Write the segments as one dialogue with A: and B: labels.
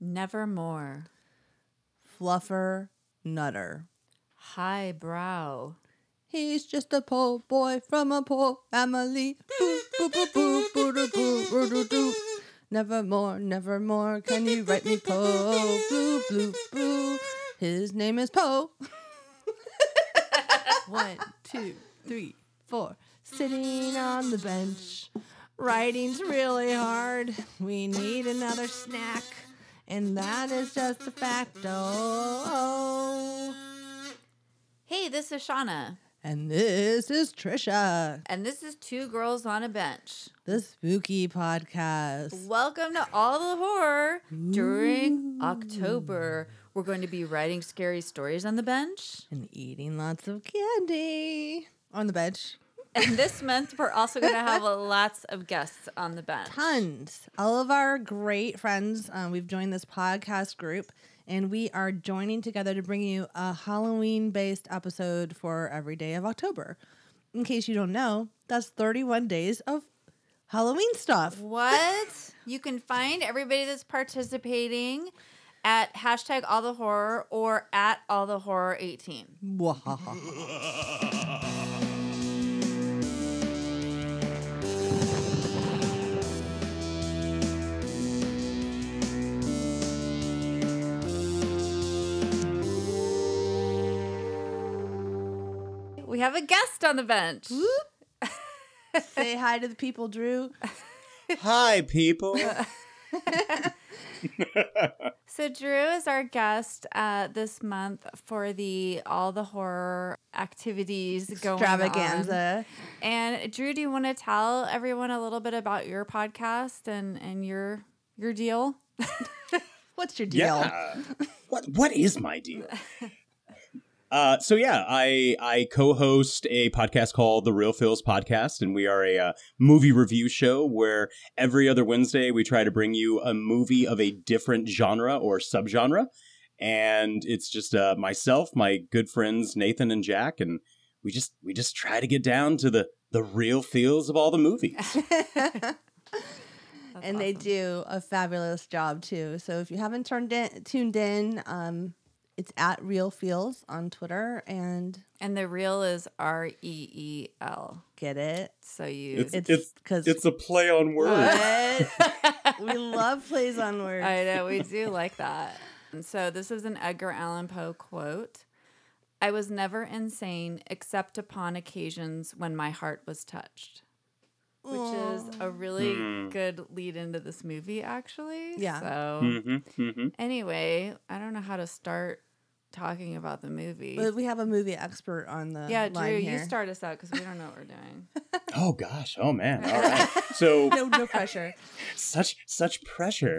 A: Nevermore.
B: Fluffer Nutter.
A: High brow.
B: He's just a poor boy from a poor family. Boo, boo, boo, boo, boo, doo, boo, boo, doo, doo. Nevermore, nevermore, can you write me Poe? Boo, blue, boo. His name is Poe.
C: One, two, three, four. Sitting on the bench. Writing's really hard. We need another snack. And that is just a
B: oh.
C: facto.
A: Hey, this is Shauna,
B: And this is Trisha,
A: and this is Two Girls on a Bench.
B: the spooky podcast.
A: Welcome to All the Horror. During October, we're going to be writing scary stories on the bench.
B: And eating lots of candy on the bench.
A: And this month, we're also going to have lots of guests on the bench.
B: tons. All of our great friends, um, we've joined this podcast group, and we are joining together to bring you a Halloween based episode for every day of October. In case you don't know, that's 31 days of Halloween stuff.
A: What? you can find everybody that's participating at hashtag all the horror or at all the horror 18.
B: Wahaha.
A: We have a guest on the bench.
B: Say hi to the people, Drew.
D: Hi, people.
A: So Drew is our guest uh, this month for the all the horror activities going on.
B: Extravaganza.
A: And Drew, do you want to tell everyone a little bit about your podcast and and your your deal?
B: What's your deal?
D: yeah. what what is my deal? Uh, so yeah, I I co-host a podcast called The Real Phils Podcast, and we are a uh, movie review show where every other Wednesday we try to bring you a movie of a different genre or subgenre, and it's just uh, myself, my good friends Nathan and Jack, and we just we just try to get down to the the real feels of all the movies.
B: and they do a fabulous job too. So if you haven't turned in, tuned in, um, it's at Real Feels on Twitter and
A: And the real is R E E L.
B: get it.
A: So you
D: It's
B: It's
D: it's
B: because
D: it's a play on words.
B: Uh-huh. we love plays on words.
A: I know, we do like that. And so this is an Edgar Allan Poe quote. I was never insane except upon occasions when my heart was touched. Which is a really
D: Hmm.
A: good lead into this movie, actually.
B: Yeah.
A: So,
D: Mm-hmm, mm-hmm.
A: anyway, I don't know how to start talking about the movie.
B: But we have a movie expert on the
A: yeah,
B: line
A: Drew,
B: here.
A: you start us out because we don't know what we're doing.
D: Oh gosh. Oh man. All right. So
B: No, no pressure.
D: such such pressure.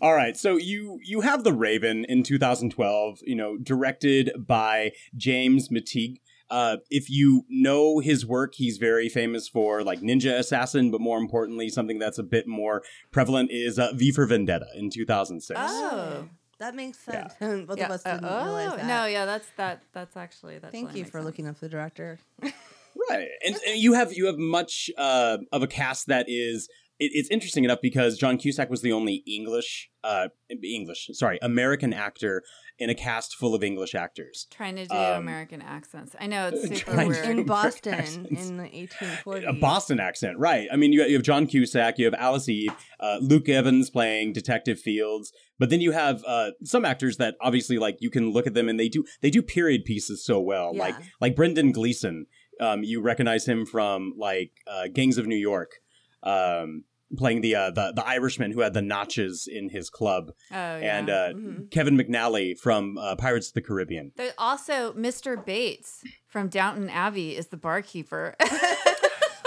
D: All right. So you you have The Raven in 2012, you know, directed by James Mateague. Uh, if you know his work, he's very famous for like Ninja Assassin, but more importantly, something that's a bit more prevalent is uh, V for Vendetta in 2006.
A: Oh.
B: that makes
D: Yeah.
B: sense. Both of us
A: uh,
B: didn't realize
A: oh,
B: that.
A: No, yeah, that's that. That's actually that's.
B: Thank you for looking up the director.
D: right and, and you have you have much uh, of a cast that is it, it's interesting enough because john cusack was the only english uh english sorry american actor in a cast full of english actors
A: Trying to do
D: Um,
A: American accents. I know it's super
D: trying
A: weird. Oh,
D: to-
B: In
D: American
B: Boston
D: accents.
B: in the 1840s.
D: a Boston accent, right? I mean, you, you have John Cusack, you have Alice Eve, uh, Luke Evans playing Detective Fields, but then you have uh, some actors that obviously, like, you can look at them and they do they do period pieces so well,
B: Yeah.
D: like like Brendan Gleeson. Um, you recognize him from like uh, Gangs of New York, um, playing the, uh, the the Irishman who had the notches in his club,
A: Oh yeah.
D: and uh,
B: Mhm.
D: Kevin McNally from uh, Pirates of the Caribbean.
A: There's also Mr. Bates from Downton Abbey is the barkeeper.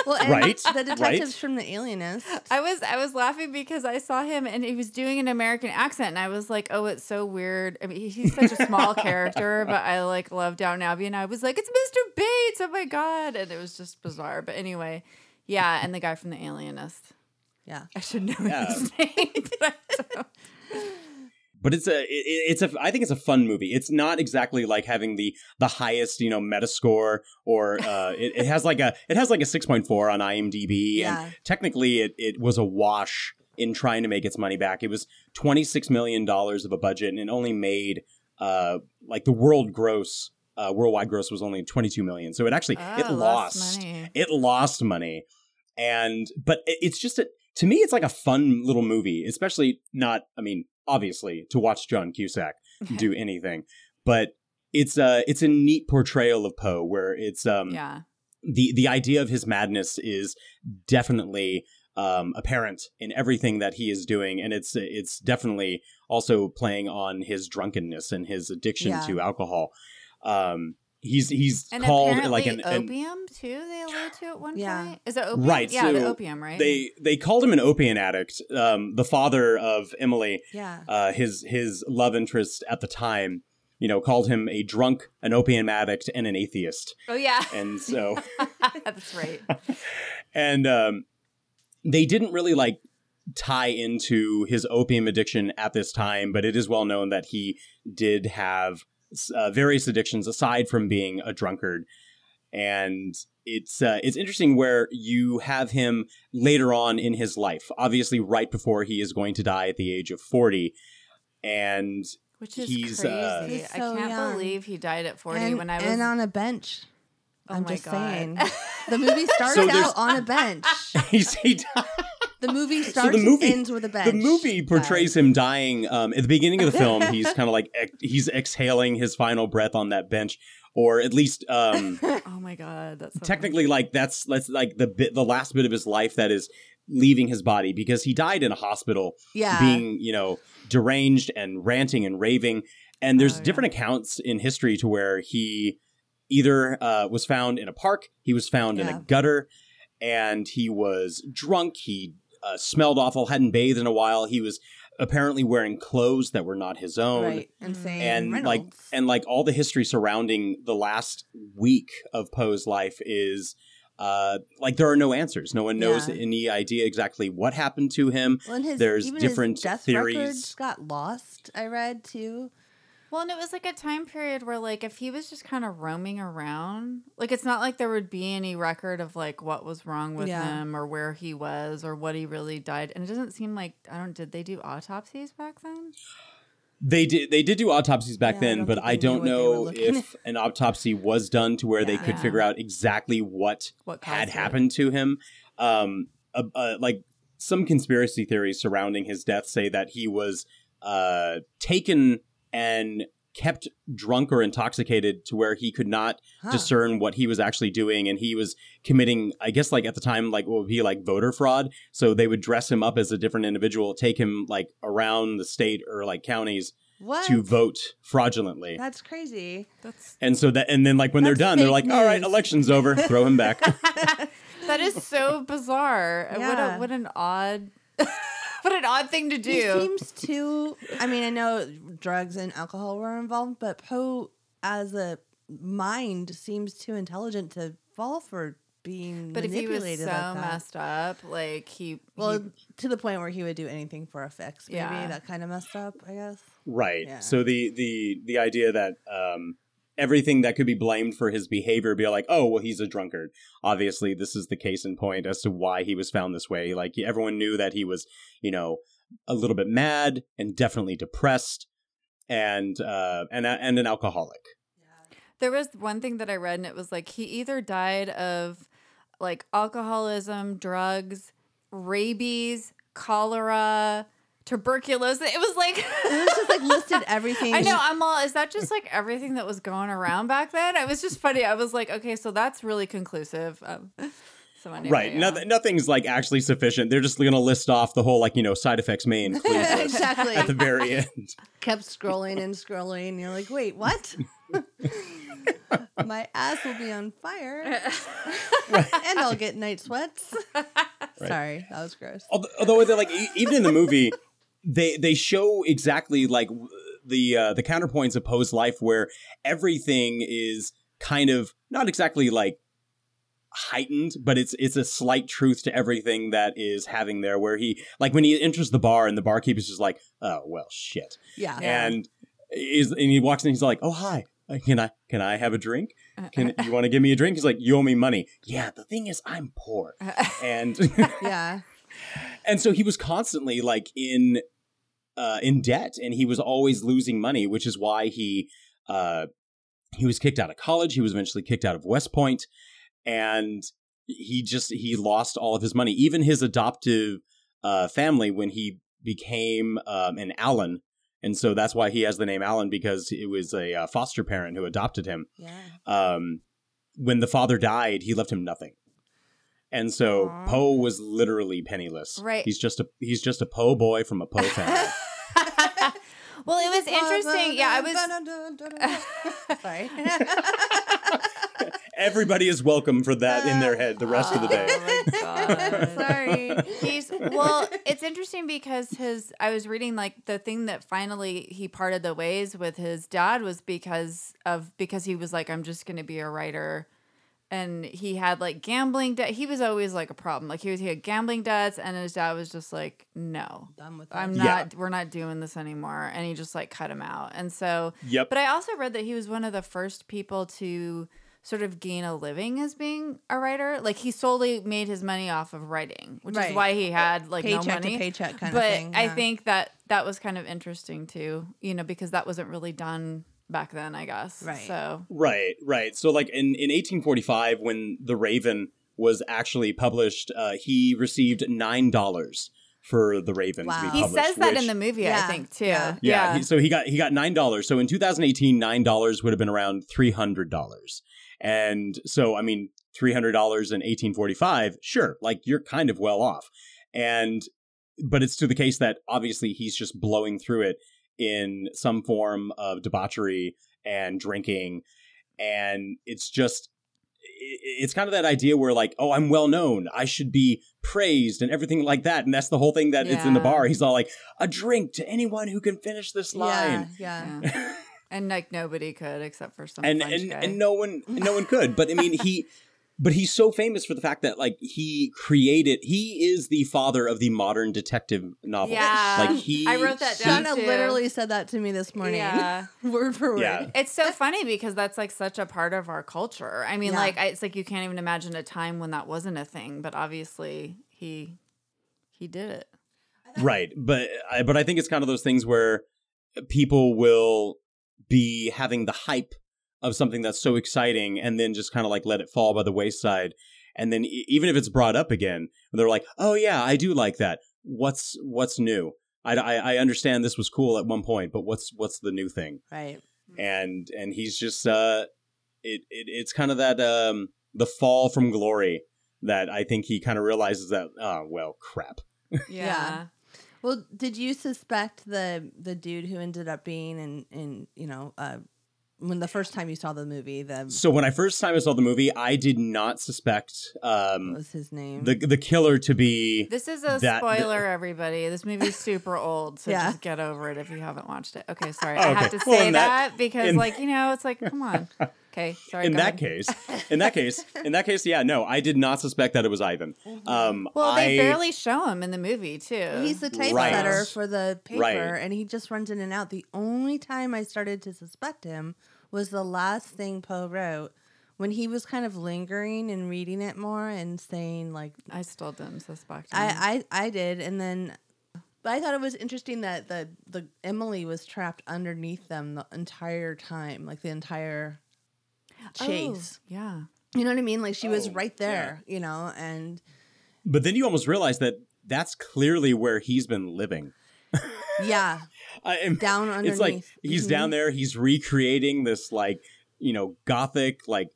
B: Well, and
D: Right,
B: The detectives
D: right.
B: from The Alienist.
A: I was I was laughing because I saw him and he was doing an American accent and I was like, oh, it's so weird. I mean, he- he's such a small character, but I like love Downton Abbey and I was like, it's Mr. Bates. Oh my god! And it was just bizarre. But anyway, yeah, and the guy from The Alienist.
B: Yeah.
A: I should know
D: Yeah.
A: his name. But I don't.
D: but it's a it, it's a I think it's a fun movie. It's not exactly like having the the highest you know Metascore or uh, it, it has like a it has like a six point four on IMDb,
B: Yeah.
D: and technically it it was a wash in trying to make its money back. It was twenty six million dollars of a budget, and it only made uh, like the world gross, uh, worldwide gross was only twenty two million. So it actually it
A: Ah,
D: lost
A: money.
D: it lost money and but it- it's just a to me it's like a fun little movie especially not i mean obviously to watch john cusack do anything but it's a it's a neat portrayal of poe where it's um
A: Yeah.
D: the the idea of his madness is definitely um, apparent in everything that he is doing, and it's it's definitely also playing on his drunkenness and his addiction
B: Yeah.
D: to alcohol. Um, he's he's
A: And
D: called
A: apparently
D: like an, an
A: opium too. They allude to at one
B: Yeah.
A: point. Is it opium?
D: Right,
A: Yeah, the
D: so
A: opium. Right.
D: they they called him an opium addict. Um, the father of Emily,
B: Yeah.
D: uh, his his love interest at the time, you know, called him a drunk, an opium addict, and an atheist.
A: oh yeah.
D: And so.
A: That's right.
D: and um, they didn't really like tie into his opium addiction at this time but it is well known that he did have uh, various addictions aside from being a drunkard and it's uh, it's interesting where you have him later on in his life obviously right before he is going to die at the age of 40 and
A: Which is
D: He's,
A: crazy.
D: uh,
B: He's
A: I
B: so
A: can't
B: young.
A: believe he died at forty
B: and,
A: when I was.
B: and on a bench.
A: oh
B: I'm
A: my
B: just
A: God.
B: saying. The movie starts
D: So there's-
B: out on a bench.
D: he's, he died
B: The movie starts
D: movie-
B: and ends with a bench.
D: The movie portrays him dying. Um, at the beginning of the film, he's kind of like ex- he's exhaling his final breath on that bench, or at least um,
A: oh my god. That's so funny.
D: technically, like that's that's like the bit, the last bit of his life that is leaving his body because he died in a hospital,
B: yeah.
D: being you know deranged and ranting and raving. And there's
A: Oh, yeah.
D: different accounts in history to where he either uh, was found in a park, he was found in
B: Yeah.
D: a gutter, and he was drunk. He uh, smelled awful, hadn't bathed in a while. He was apparently wearing clothes that were not his own.
B: right. And
A: Mm.
B: saying
D: And like
B: Reynolds.
D: and like all the history surrounding the last week of Poe's life is uh like there are no answers. No one knows
B: Yeah.
D: any idea exactly what happened to him.
B: Well, and his,
D: there's
B: even
D: different
B: his death
D: theories.
B: records got lost. I read too.
A: Well, and it was like a time period where, like, if he was just kind of roaming around, like, it's not like there would be any record of like what was wrong with
B: Yeah.
A: him or where he was or what he really died. And it doesn't seem like I don't. Did they do autopsies back then?
D: They did they did do autopsies back
B: Yeah, I
D: then,
B: don't
D: but
B: think they
D: I
B: knew
D: don't
B: what they were
D: know
B: looking
D: if an autopsy was done to where they could
A: Yeah.
D: figure out exactly what
A: What
D: had
A: caused it?
D: happened to him. Um, uh, uh, like some conspiracy theories surrounding his death say that he was uh, taken and kept drunk or intoxicated to where he could not
B: Huh.
D: discern what he was actually doing and he was committing i guess like at the time like what would be like voter fraud so they would dress him up as a different individual take him like around the state or like counties
B: what?
D: to vote fraudulently
B: That's crazy.
A: That's
D: and so that and then like when they're
B: That's
D: done they're
B: fake
D: like all right
B: news."
D: election's over throw him back
A: that is so bizarre. Uh, What
B: Yeah.
A: a, what an odd what an odd thing to do.
B: He seems too. I mean, I know drugs and alcohol were involved, but Poe, as a mind, seems too intelligent to fall for being
A: but if he was
B: manipulated
A: so
B: like that.
A: messed up, like he
B: well,
A: he-
B: to the point where he would do anything for a fix. Maybe
A: Yeah.
B: that kind of messed up. I guess.
D: Right.
B: Yeah.
D: So the the the idea that um everything that could be blamed for his behavior be like, "Oh, well he's a drunkard." Obviously, this is the case in point as to why he was found this way. Like everyone knew that he was, you know, a little bit mad and definitely depressed and uh and a- and an alcoholic.
A: There was one thing that I read, and it was like he either died of like alcoholism, drugs, rabies, cholera, tuberculosis. It was like.
B: It was just like listed everything.
A: I know. I'm all. Is that just like everything that was going around back then? It was just funny. I was like, okay, so that's really conclusive. Um, so anyway,
D: right.
A: yeah.
D: Nothing nothing's like actually sufficient. They're just going to list off the whole like, you know, side effects may include this
B: exactly.
D: at the very end.
B: kept scrolling and scrolling. And you're like, wait, what? My ass will be on fire, and I'll get night sweats. Sorry, that was gross.
D: Although, although they're like e- even in the movie, they they show exactly like w- the uh, the counterpoints of Poe's life, where everything is kind of not exactly like heightened, but it's it's a slight truth to everything that is having there. Where he like when he enters the bar and the barkeeper's just like, oh well, shit,
B: Yeah.
A: Yeah.
D: and is and he walks in, he's like, oh hi. uh, Can I can I have a drink? Can you want to give me a drink? He's like, you owe me money. Yeah, the thing is, I'm poor, and
B: Yeah.
D: and so he was constantly like in uh, in debt, and he was always losing money, which is why he uh, he was kicked out of college. He was eventually kicked out of West Point, and he just he lost all of his money. Even his adoptive uh, family, when he became um, an Allen, and so that's why he has the name Allen because it was a uh, foster parent who adopted him
B: Yeah.
D: um, when the father died, he left him nothing. And so
A: Aw.
D: Poe was literally penniless.
A: Right.
D: He's just a he's just a Poe boy from a Poe family.
A: well, it was interesting. Yeah, I was.
B: was. Sorry.
D: Everybody is welcome for that in their head the rest of the day.
A: Oh my God.
B: Sorry.
A: He's well. It's interesting because his. I was reading like the thing that finally he parted the ways with his dad was because of because he was like, I'm just gonna be a writer, and he had like gambling debt. He was always like a problem. Like he was he had gambling debts, and his dad was just like, no.
B: Done with
A: I'm
B: that.
D: Yeah.
A: not. We're not doing this anymore. And he just like cut him out. And so,
D: Yep.
A: But I also read that he was one of the first people to sort of gain a living as being a writer. Like he solely made his money off of writing, which
B: Right. Uh,
A: is why he had like
B: paycheck
A: no money.
B: to paycheck kind
A: but
B: of thing.
A: I
B: yeah.
A: think that that was kind of interesting too, you know, because that wasn't really done back then, I guess.
B: Right.
A: So
D: Right, right. So like in in 1845 when The Raven was actually published, uh, he received $9 for The Raven to be
B: Wow.
A: he
D: published.
A: says that
D: which-
A: in the movie,
B: Yeah,
A: I think too.
B: yeah.
A: Yeah.
D: Yeah. he- so he got he got nine dollars. So in 2018, nine dollars would have been around three hundred dollars. And so I mean, three hundred dollars in 1845, sure, like you're kind of well off. And but it's to the case that obviously he's just blowing through it in some form of debauchery and drinking, and it's just i- it's kind of that idea where like oh i'm well known i should be praised and everything like that and that's the whole thing that it's in the
A: Yeah.
D: bar he's all like a drink to anyone who can finish this line.
B: Yeah. yeah.
A: Yeah. and like nobody could except for some
D: And
A: French
D: and,
A: guy.
D: and no one no one could. But I mean he but he's so famous for the fact that like he created he is the father of the modern detective novel.
A: Yeah.
D: Like he
A: I wrote that
D: he-
A: down.
B: Donna
A: too.
B: literally said that to me this morning.
A: Yeah.
B: word for word.
D: Yeah.
A: It's so funny because that's like such a part of our culture. I mean,
B: Yeah.
A: like I- it's like you can't even imagine a time when that wasn't a thing. But obviously, he he did it.
D: Right. But I but I think it's kind of those things where people will be having the hype of something that's so exciting and then just kind of like let it fall by the wayside and then e- even if it's brought up again they're like oh yeah i do like that what's what's new I, I, I understand this was cool at one point but what's what's the new thing
B: Right.
D: and and he's just uh it, it it's kind of that um the fall from glory that i think he kind of realizes that oh well crap
B: Yeah. Well, did you suspect the the dude who ended up being in in you know uh, when the first time you saw the movie the
D: So when I first time I saw the movie, I did not suspect
B: what
D: um,
B: was his name
D: the the killer to be
A: This is a
D: That-
A: spoiler, everybody. This movie's super old, so
B: Yeah.
A: just get over it if you haven't watched it. Okay, sorry.
D: Oh,
A: I have
D: okay.
A: to
D: Well,
A: say
D: in that-
A: that, because,
D: in-
A: like, you know, it's like, come on. Okay, sorry.
D: in
A: go
D: that
A: ahead.
D: case. In that case, in that case, yeah, no, I did not suspect that it was Ivan. Um,
A: Mm-hmm. Well, they
D: I-
A: barely show him in the movie too.
B: He's the typesetter
D: Right.
B: for the paper,
D: Right.
B: and he just runs in and out. The only time I started to suspect him was the last thing Poe wrote when he was kind of lingering and reading it more and saying like
A: I still didn't suspect. Him.
B: I, I I did, and then. But I thought it was interesting that the the Emily was trapped underneath them the entire time, like the entire
A: Oh,
B: chase.
A: yeah.
B: You know what I mean? Like she was
D: Oh,
B: right there, you know, and
D: But then you almost realize that that's clearly where he's been living.
B: yeah,
D: I am-
B: down underneath.
D: it's like
A: Mm-hmm.
D: he's down there. He's recreating this like you know gothic like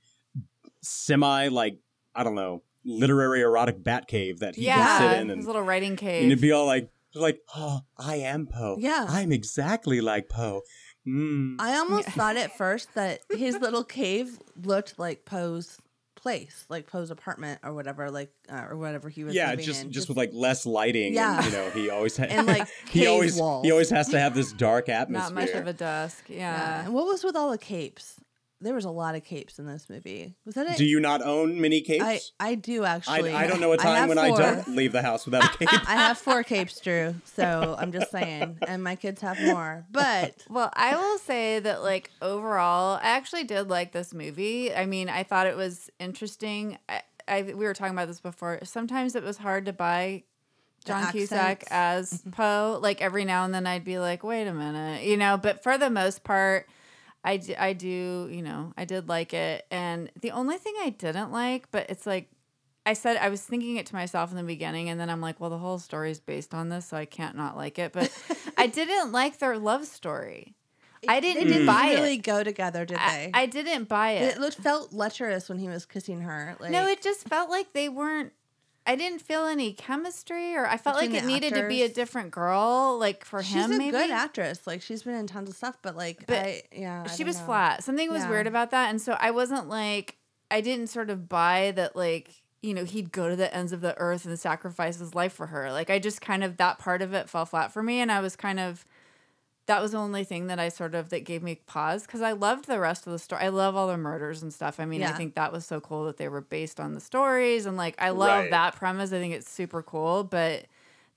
D: semi like I don't know literary erotic bat cave that he can sit
A: Yeah.
D: in and
A: His little writing cave.
D: And it'd be all like, just like, oh, I am Poe.
B: Yeah.
D: I'm exactly like Poe. Mm.
B: I almost thought at first that his little cave looked like Poe's place, like Poe's apartment or whatever, like uh, or whatever he was.
D: Yeah,
B: living
D: just,
B: in.
D: just with like less lighting.
B: Yeah.
D: And, you know, he always ha-
B: And, like,
D: he
B: cave
D: always
B: walls.
D: he always has to have this dark atmosphere.
A: Not much of a dusk.
B: Yeah.
A: Yeah.
B: And what was with all the capes? There was a lot of capes in this movie. Was that it?
D: Do you not own mini capes?
B: I I do
D: I,
B: actually.
D: I don't know a time
B: have
D: when I
B: four.
D: don't leave the house without a cape.
B: I have four capes, Drew. So I'm just saying, and my kids have more. But
A: Well, I will say that, like, overall, I actually did like this movie. I mean, I thought it was interesting. I, I, we were talking about this before. Sometimes it was hard to buy John Cusack
B: accents.
A: as Poe. Like every now and then I'd be like, wait a minute, you know, but for the most part, I, d- I do, you know, I did like it. And the only thing I didn't like, but it's like, I said I was thinking it to myself in the beginning, and then I'm like, well, the whole story is based on this, so I can't not like it. But I didn't like their love story. I didn't
B: They didn't
A: buy
B: really
A: it.
B: go together, did
A: I,
B: they?
A: I didn't buy it.
B: it looked felt lecherous when he was kissing her. Like,
A: no, it just felt like they weren't. I didn't feel any chemistry, or I felt like
B: Between
A: it
B: the
A: needed to be a
B: actors.
A: different girl, like for
B: she's
A: him.
B: a
A: maybe
B: good actress. Like she's been in tons of stuff, but like,
A: But
B: I, yeah, I
A: she
B: don't
A: was
B: know.
A: flat. Something was
B: Yeah.
A: weird about that, and so I wasn't like I didn't sort of buy that like you know he'd go to the ends of the earth and sacrifice his life for her. Like I just kind of that part of it fell flat for me, and I was kind of that was the only thing that I sort of that gave me pause because I loved the rest of the story. I love all the murders and stuff. I mean, I
B: Yeah.
A: think that was so cool that they were based on the stories, and like I love
D: Right.
A: that premise. I think it's super cool, but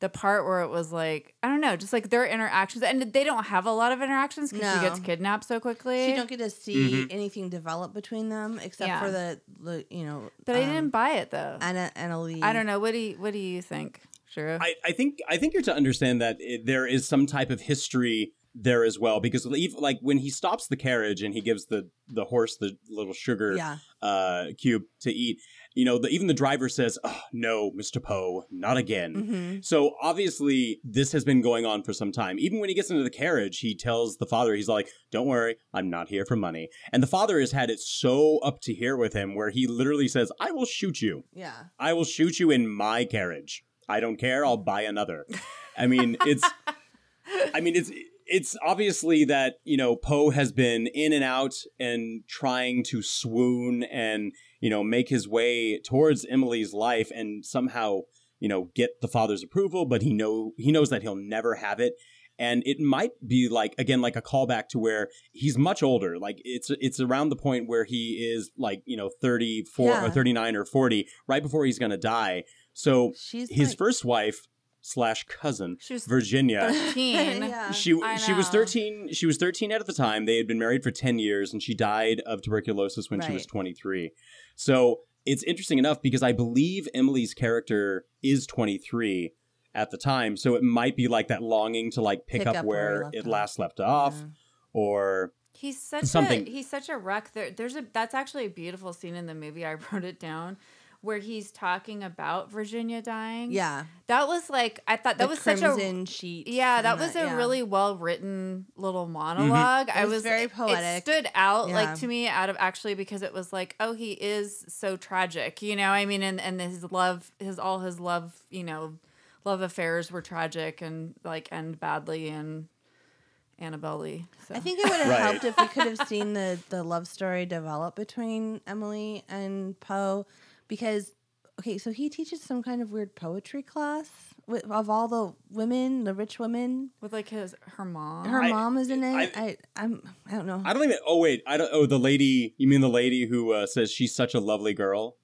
A: the part where it was like I don't know, just like their interactions, and they don't have a lot of interactions because she
B: No.
A: gets kidnapped so quickly.
B: She don't get to see anything develop between them except
A: Yeah.
B: for the, the you know. um,
A: but I didn't buy it though. um, I,
B: Anna Anna Lee.
A: don't know. What do you, What do you think, Sheriff?
D: I, I think I think you're to understand that it, there is some type of history there as well because leave- like when he stops the carriage and he gives the the horse the little sugar
B: Yeah,
D: uh, cube to eat, you know, the, even the driver says, oh, "No, Mister Poe, not again."
A: Mm-hmm.
B: Mhm.
D: So obviously, this has been going on for some time. Even when he gets into the carriage, he tells the father, he's like, Don't worry, I'm not here for money. And the father has had it so up to here with him where he literally says, I will shoot you.
B: yeah.
D: I will shoot you in my carriage. I don't care. I'll buy another. I mean, it's. I mean, it's it's obviously that you know Poe has been in and out and trying to swoon and you know make his way towards Emily's life and somehow you know get the father's approval, but he know he knows that he'll never have it. And it might be like again like a callback to where he's much older. Like it's it's around the point where he is like you know thirty four or
B: Yeah.
D: thirty nine or forty, right before he's gonna die. So
B: She's
D: his
B: like,
D: first wife slash cousin
A: she was
D: Virginia
A: thirteen.
B: Yeah.
D: she
A: I
D: she was
A: know.
D: 13 she was 13 at the time they had been married for 10 years and she died of tuberculosis when she was
B: Right.
D: 23 so it's interesting enough because i believe emily's character is 23 at the time so it might be like that longing to like pick, up, where,
B: we left
D: it
B: off.
D: last left off
B: Yeah.
D: or
A: He's such
D: Something.
A: a he's such a wreck. There, there's a that's actually a beautiful scene in the movie. I wrote it down, where he's talking about Virginia dying.
B: yeah.
A: that was like I thought that
B: the
A: was such a
B: crimson sheet.
A: Yeah,
B: and
A: that was a
B: yeah. Mm-hmm.
A: really well written little monolog I
B: was
A: was
B: very
A: It
B: poetic.
A: stood out
B: Yeah.
A: like to me out of actually because it was like, oh, he is so tragic, you know. I mean, and and his love, his all his love, you know, love affairs were tragic and like end badly and Annabelle Lee. So.
B: I think it would have
D: Right.
B: helped if we could have seen the the love story develop between Emily and Poe, because okay, so he teaches some kind of weird poetry class with, of all the women, the rich women.
A: with like his her mom.
B: Her
D: I-
B: mom is in it.
D: I-
B: I, I I'm I don't know.
D: i don't even oh wait i don't oh the lady you mean the lady who uh, says she's such a lovely girl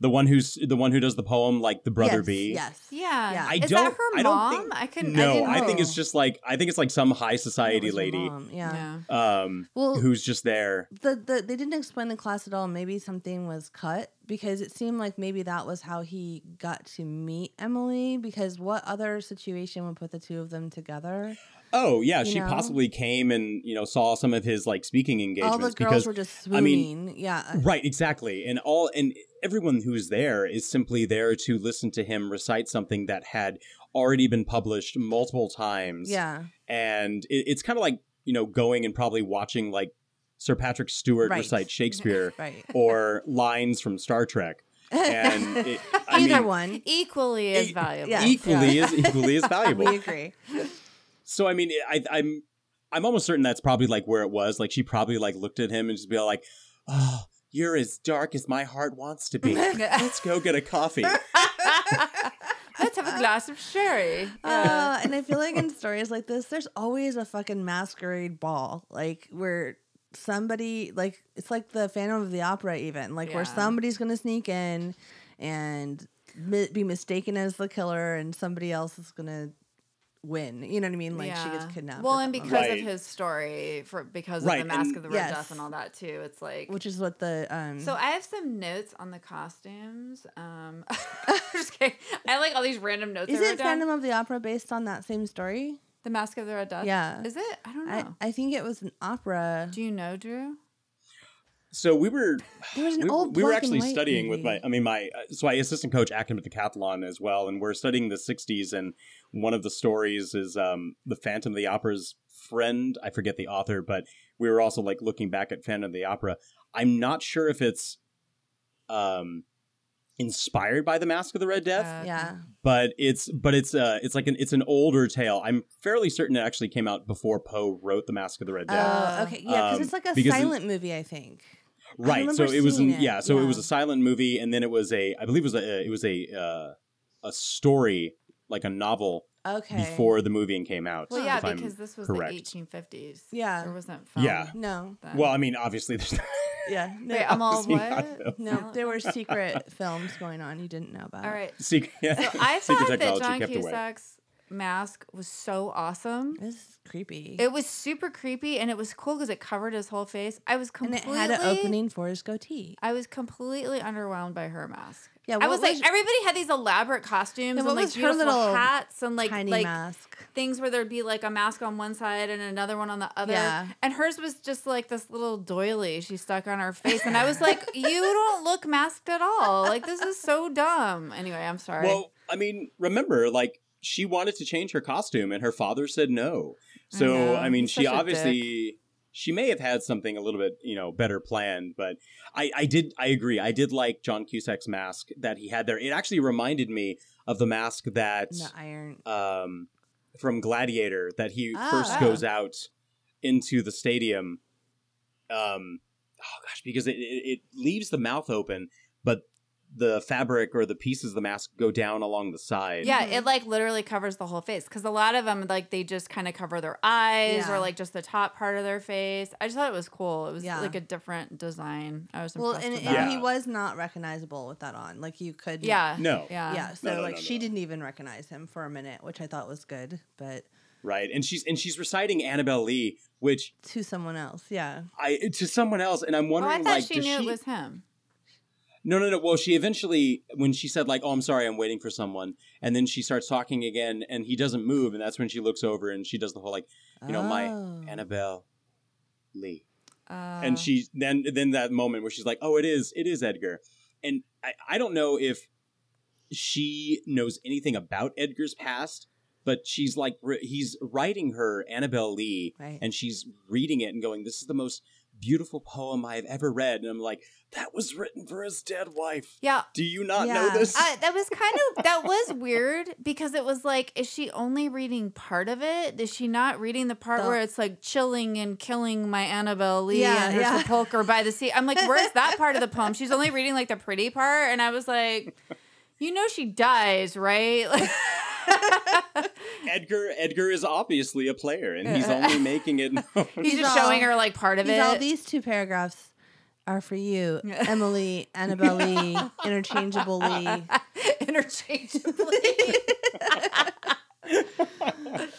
D: the one who's the one who does the poem like the brother
B: yes,
D: bee
B: Yes.
A: yeah,
B: Yeah.
D: I
A: is
D: don't.
A: that her
D: I
A: mom?
D: don't think.
A: I couldn't.
D: no,
A: didn't
D: I,
A: know.
D: think it's
B: know.
D: just like I think it's like some high
B: That
D: society
B: was her
D: lady.
B: mom, Yeah.
A: Yeah.
D: um,
B: Well-
D: who's just there.
B: The, the they didn't explain the class at all. Maybe something was cut because it seemed like maybe that was how he got to meet Emily. Because what other situation would put the two of them together?
D: Oh yeah,
B: You
D: she
B: know?
D: possibly came and you know saw some of his like speaking engagements
B: all the girls
D: because
B: were just swooning.
D: I mean-
B: yeah. uh,
D: right exactly, and all and everyone who's there is simply there to listen to him recite something that had already been published multiple times.
B: Yeah.
D: and it, it's kind of like you know going and probably watching like Sir Patrick Stewart
B: Right.
D: recite Shakespeare
B: Right.
D: or lines from Star Trek, and it, I
B: Either
D: mean,
B: one.
A: equally as
D: E-
A: valuable.
B: yeah.
D: equally is equally as valuable.
B: We agree.
D: So I mean, I, I'm I'm almost certain that's probably like where it was. Like she probably like looked at him and just be like, "Oh, you're as dark as my heart wants to be. Let's go get a coffee."
A: Let's have a glass of sherry. Yeah.
B: Uh, and I feel like in stories like this, there's always a fucking masquerade ball, like where somebody, like it's like the Phantom of the Opera, even like where
A: Yeah.
B: somebody's gonna sneak in and mi- be mistaken as the killer, and somebody else is gonna win. You know what I mean? Like she gets
A: Yeah.
B: kidnapped. or
A: Well, and
B: something.
A: because
D: Right.
A: of his story, for because
D: Right,
A: of the mask
D: and-
A: of the red
B: Yes.
A: death and all that too, it's like.
B: which is what the um
A: so I have some notes on the costumes. Um, I'm just kidding. I like all these random notes.
B: is
A: I wrote
B: it
A: down.
B: Phantom of the Opera based on that same story?
A: The Mask of the Red Death.
B: Yeah.
A: Is it? I don't know.
B: I, I think it was an opera.
A: Do you know, Drew?
D: So we were
B: There was an
D: we,
B: old
D: we were
B: black and
D: actually
B: white
D: studying with my
B: movie.
D: I mean my uh, so my assistant coach acted at decathlon as well, and we're studying the '60s. And one of the stories is um the Phantom of the Opera's friend. I forget the author, but we were also like looking back at Phantom of the Opera. I'm not sure if it's um inspired by the Mask of the Red Death,
A: Uh, my-
B: yeah.
D: but it's but it's uh it's like an it's an older tale. I'm fairly certain it actually came out before Poe wrote the Mask of the Red
B: Oh,
D: Death.
A: Yeah.
B: okay. Yeah, because
D: Um,
B: it's like a
D: because it-
B: silent movie, I think. I
D: right so
B: remember
D: it was an,
B: seeing it,
D: yeah so it was
B: yeah.
D: a silent movie and then it was a i believe it was a it was a uh, a story like a novel
B: Okay.
D: before the movie and came out
A: Well,
D: if
A: yeah,
D: I'm-
A: because this was
D: correct.
A: the 1850s.
B: Yeah.
A: There wasn't film.
D: Yeah.
B: No.
A: then.
D: well i mean obviously there's
B: Yeah. No.
A: Wait, I'm all
D: obviously not
A: what?
B: no, there were secret films going on you didn't know about.
A: All right.
D: secret, yeah,
A: So I
D: secret
A: thought that
D: technology
A: John
D: kept away
A: Cusack's mask was so awesome.
B: This is creepy.
A: It was super creepy and it was cool because it covered his whole face. I was
B: and it
A: completely
B: had an opening for his goatee.
A: I was completely underwhelmed by her mask.
B: Yeah,
A: I
B: what
A: was,
B: was-
A: like everybody had these elaborate costumes
B: And
A: and,
B: what
A: like
B: was her
A: beautiful
B: little
A: hats and like
B: Tiny
A: like
B: mask.
A: things where there'd be like a mask on one side and another one on the other.
B: Yeah.
A: And hers was just like this little doily she stuck on her face. And I was like, you don't look masked at all. Like, this is so dumb. Anyway, I'm sorry.
D: well i mean remember like she wanted to change her costume and her father said no
A: I
D: so
A: know.
D: i, mean
A: He's
D: she
A: such a
D: obviously she may have had something a little bit you know better planned but I, I did I agree. I did like John Cusack's mask that he had there. It actually reminded me of the mask that
B: And the iron.
D: um from Gladiator that he
B: Ah.
D: first
A: Oh.
D: goes out into the stadium. Um oh gosh, because it, it, it leaves the mouth open, but the fabric or the pieces of the mask go down along the side.
A: yeah,
B: Mhm.
A: it like literally covers the whole face because a lot of them like they just kind of cover their eyes
B: Yeah.
A: or like just the top part of their face. I just thought it was cool. It was
B: Yeah.
A: like a different design. I was
B: Well,
A: impressed
B: and,
A: with
B: and
A: that.
B: he
D: Yeah.
B: was not recognizable with that on. Like you could.
A: yeah.
D: No.
A: yeah,
B: Yeah. So
D: no,
B: like
D: no,
B: she
D: no.
B: didn't even recognize him for a minute, which I thought was good, but
D: Right. And she's and she's reciting Annabelle Lee, which
B: to someone else, yeah.
D: I to someone else and I'm
A: Oh,
D: wondering
A: I thought
D: like
A: she
D: does
A: knew it
D: she-
A: was him.
D: No, no, no. Well, she eventually, when she said like, "Oh, I'm sorry, I'm waiting for someone," and then she starts talking again, and he doesn't move, and that's when she looks over and she does the whole like, You know, my
B: Oh.
D: Annabelle Lee,
A: Uh,
D: and she then then that moment where she's like, "Oh, it is, it is Edgar," and I I don't know if she knows anything about Edgar's past, but she's like re- he's writing her Annabelle Lee,
B: Right.
D: and she's reading it and going, "This is the most." Beautiful poem I've ever read, and I'm like, that was written for his dead wife.
A: yeah,
D: Do you not
B: Yeah.
D: know this?
A: I, that was kind of that was weird because it was like, is she only reading part of it? Is she not reading the part
B: The-
A: where it's like chilling and killing my Annabelle Lee
B: Yeah,
A: and her
B: yeah.
A: sepulcher by the sea? I'm like, where's that part of the poem? She's only reading like the pretty part, and I was like, you know, she dies, right? Like,
D: Edgar Edgar is obviously a player, and he's only making it. known.
A: he's,
B: He's
A: just
B: all-
A: showing her like part of
B: These-
A: it.
B: all these two paragraphs are for you,
A: Yeah.
B: Emily, Annabelle Lee, interchangeable Lee,
A: interchangeably.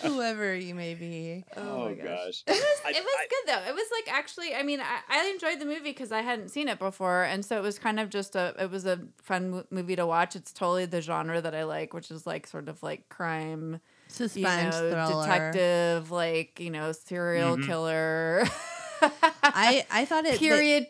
B: whoever you may be.
D: oh gosh! I-
A: it was good though. It was like actually, I mean, I, I enjoyed the movie because I hadn't seen it before, and so it was kind of just a it was a fun mo- movie to watch. It's totally the genre that I like, which is like sort of like crime, you
B: Suspense
A: know,
B: thriller.
A: detective, like you know, serial
D: Mm-hmm.
A: killer,
B: I, I thought it. Period.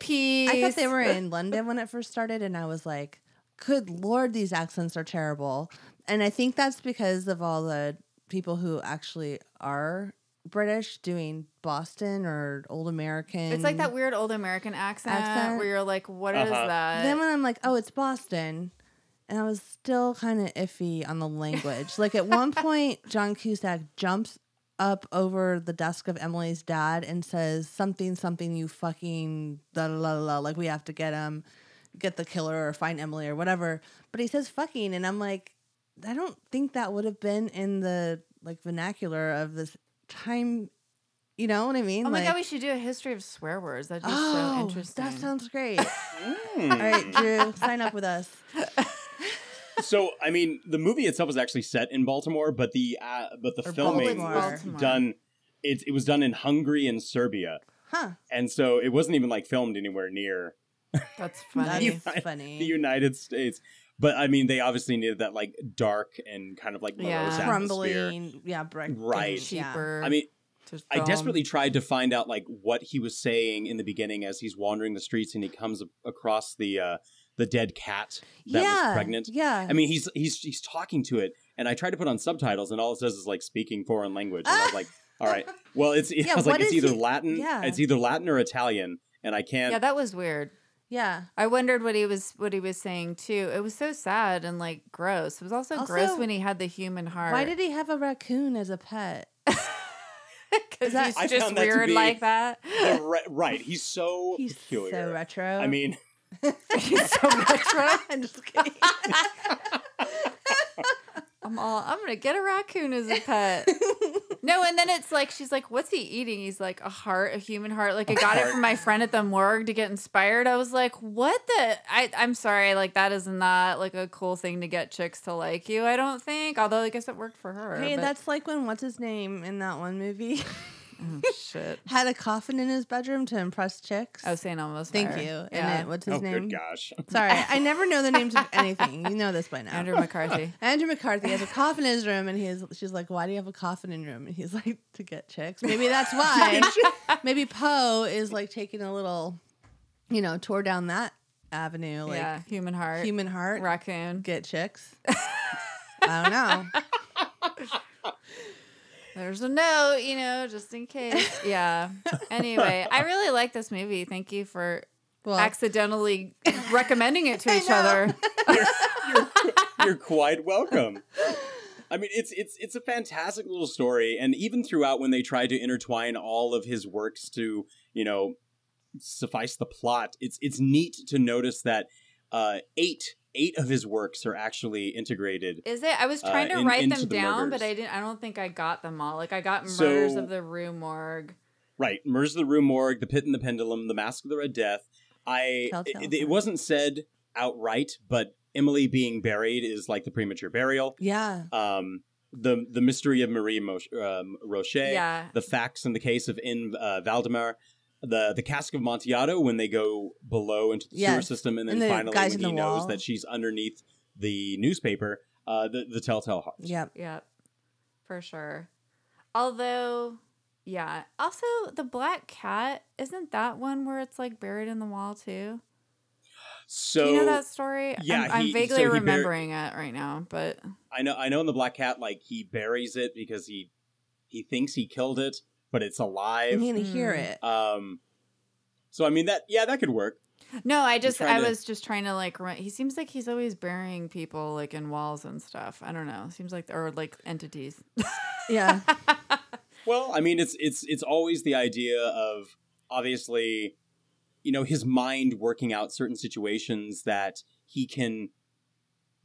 A: period piece.
B: I thought they were in London when it first started, and I was like, "Good lord, these accents are terrible." And I think that's because of all the people who actually are British doing Boston or old American.
A: It's like that weird old American accent,
B: Accent.
A: where you're like, what is
D: Uh-huh.
A: that?
B: then when I'm like, oh, it's Boston, and I was still kind of iffy on the language. like at one point, John Cusack jumps up over the desk of Emily's dad and says something, something, you fucking da la la, la, like we have to get him, get the killer or find Emily or whatever. But he says fucking, and I'm like, I don't think that would have been in the like vernacular of this time. You know what I mean?
A: oh my
B: like,
A: god, we should do a history of swear words. That'd be so
B: oh,
A: interesting.
B: that sounds great.
D: Mm.
B: All right, Drew, sign up with us.
D: so I mean, the movie itself was actually set in Baltimore, but the uh, but the
B: Or
D: filming
B: Baltimore.
D: was
A: Baltimore.
D: done. It, it was done in Hungary and Serbia,
B: Huh.
D: and so it wasn't even like filmed anywhere near
A: That's
B: That
A: funny.
B: is
D: United- the
B: funny.
D: United States. But I mean, they obviously needed that like dark and kind of like morose
A: Yeah.
D: atmosphere.
B: Crumbling. Yeah, brick.
D: Right.
B: and- yeah.
A: Cheaper.
D: I mean,
A: to
D: I
A: film.
D: desperately tried to find out like what he was saying in the beginning as he's wandering the streets and he comes a- across the uh, the dead cat that
B: yeah.
D: was pregnant.
B: Yeah.
D: I mean, he's he's he's talking to it, and I tried to put on subtitles, and all it says is like speaking foreign language, and I was like, all right, well, it's
B: Yeah,
D: I was like,
B: what
D: it's
B: is
D: either
B: he-
D: Latin,
B: yeah.
D: it's either Latin or Italian, and I can't.
A: Yeah, that was weird.
B: yeah.
A: I wondered what he was what he was saying too. It was so sad and like gross. It was also, gross
B: Also,
A: when he had the human heart.
B: Why did he have a raccoon as a pet?
A: Because
B: that-
A: he's
D: I
A: just
D: found that to
A: weird
D: be-
A: like that.
D: the re- right, he's so
B: He's
D: peculiar.
B: so retro.
D: I mean,
A: He's so retro.
B: I'm just kidding.
A: I'm all. I'm gonna get a raccoon as a pet. no, and then it's like she's like, "What's he eating?" He's like, "A heart, a human heart." Like I got it
D: heart.
A: from my friend at the morgue to get inspired. I was like, "What the?" I I'm sorry. Like that is not like a cool thing to get chicks to like you. I don't think. Although I guess it worked for her.
B: Hey,
A: but-
B: that's like when what's his name in that one movie
A: oh, shit.
B: had a coffin in his bedroom to impress chicks.
A: I was saying almost.
B: Thank
A: fire.
B: you.
A: Oh, Yeah.
B: And it, what's his
D: oh
B: name?
D: good gosh,
B: Sorry, I never know the names of anything. You know this by now.
A: Andrew McCarthy.
B: Andrew McCarthy has a coffin in his room, and he's she's like, "Why do you have a coffin in your room?" And he's like, "To get chicks." Maybe that's why. Maybe Poe is like taking a little, you know, tour down that avenue, like
A: yeah, human heart.
B: human heart,
A: raccoon.
B: get chicks. I don't know.
A: There's a note, you know, just in case. Yeah. Anyway, I really like this movie. Thank you for
B: Well,
A: accidentally recommending it to each
B: know.
A: other.
D: You're quite welcome. I mean, it's it's it's a fantastic little story, and even throughout when they try to intertwine all of his works to you know suffice the plot, it's it's neat to notice that uh, eight eight of his works are actually integrated.
A: Is it? I was
D: Uh,
A: trying to
D: in-
A: write
D: into
A: them
D: the
A: down,
D: murders.
A: but I didn't. I don't think I got them all. Like I got murders
D: So-
A: of the Rue Morgue.
D: Right, Murders of the Rue Morgue, The Pit and the Pendulum, The Mask of the Red Death. I
B: Telltale
D: it,
B: Sign.
D: it wasn't said outright, but Emily being buried is like the premature burial.
B: yeah,
D: Um, the the mystery of Marie Mo- um, Rocher.
A: Yeah.
D: the facts in the case of in uh, Valdemar, the the cask of Montiato when they go below into the sewer
B: Yes.
D: system, and then
B: And the
D: finally
B: guys
D: when
B: in the
D: he knows
B: wall.
D: that she's underneath the newspaper, uh, the the telltale heart.
B: yep.
A: Yep. For sure. Although, yeah. Also, the black cat isn't that one where it's like buried in the wall too.
D: So
A: Do you know that story?
D: yeah,
A: I'm, I'm
D: he-
A: vaguely
D: so he bur-
A: remembering it right now, but
D: I know I know in the Black Cat, like he buries it because he he thinks he killed it, but it's alive.
B: And you can hear
A: Mm.
B: it.
D: um, so I mean that yeah that could work.
A: no, I just
D: trying
A: I
D: to-
A: was just trying to like. Rem- he seems like he's always burying people like in walls and stuff. I don't know. Seems like or like entities.
B: Yeah,
D: Well, I mean, it's it's it's always the idea of obviously, you know, his mind working out certain situations that he can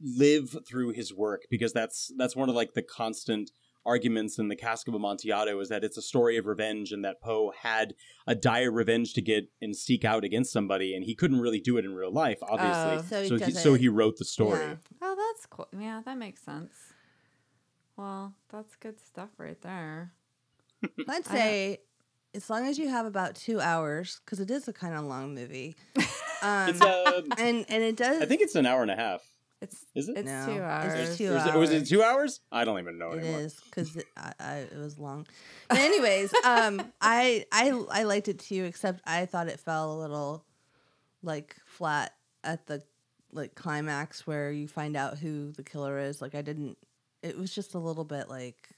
D: live through his work because that's that's one of like the constant arguments in the Cask of Amontillado is that it's a story of revenge and that Poe had a dire revenge to get and seek out against somebody and he couldn't really do it in real life, obviously.
A: Oh.
B: So he
D: so he,
B: does
D: so
B: it-
D: he wrote the story.
B: Yeah.
A: Oh, that's cool. Yeah, that makes sense. Well, that's good stuff right there.
B: I'd
A: I don't-
B: say as long as you have about two hours, because it is a kind of long movie. Um,
D: It's a,
B: and and it does.
D: I think it's an hour and a half.
A: It's
D: Is it?
A: it's
B: No,
A: two hours.
B: It's two
D: Or is
B: hours.
D: it, was it two hours? I don't even know
B: It
D: anymore.
B: is because it, I, I, it was long. But anyways, um, I I I liked it too, except I thought it fell a little like flat at the like climax where you find out who the killer is. Like I didn't. It was just a little bit like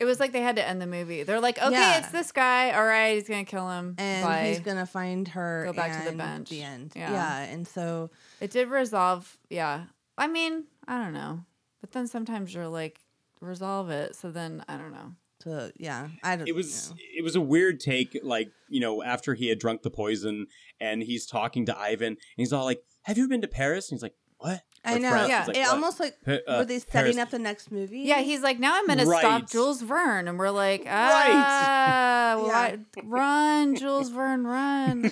A: It was like they had to end the movie. They're like, okay,
B: Yeah.
A: it's this guy. All right, he's gonna kill him.
B: and
A: Bye.
B: he's gonna find her.
A: Go back to the
B: and
A: bench.
B: The end.
A: Yeah.
B: Yeah. and so
A: it did resolve. Yeah, I mean, I don't know, but then sometimes you're like, resolve it. So then I don't know.
B: to yeah, I don't.
D: it was
B: know.
D: it was a weird take like you know after he had drunk the poison and he's talking to ivan and he's all like have you been to paris and he's like what
B: I
D: Or
B: know.
D: France.
B: Yeah,
D: He's like,
B: it
D: "What?"
B: almost like
D: Pa- uh,
B: were they
D: Paris.
B: setting up the next movie?
A: Yeah, he's like, now I'm gonna
D: Right.
A: stop Jules Verne, and we're like,
D: Right.
A: ah,
B: Yeah.
A: why- run, Jules Verne, run!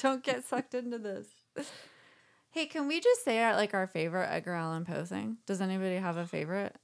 A: Don't get sucked into this. Hey, can we just say our like our favorite Edgar Allan Poe thing? Does anybody have a favorite?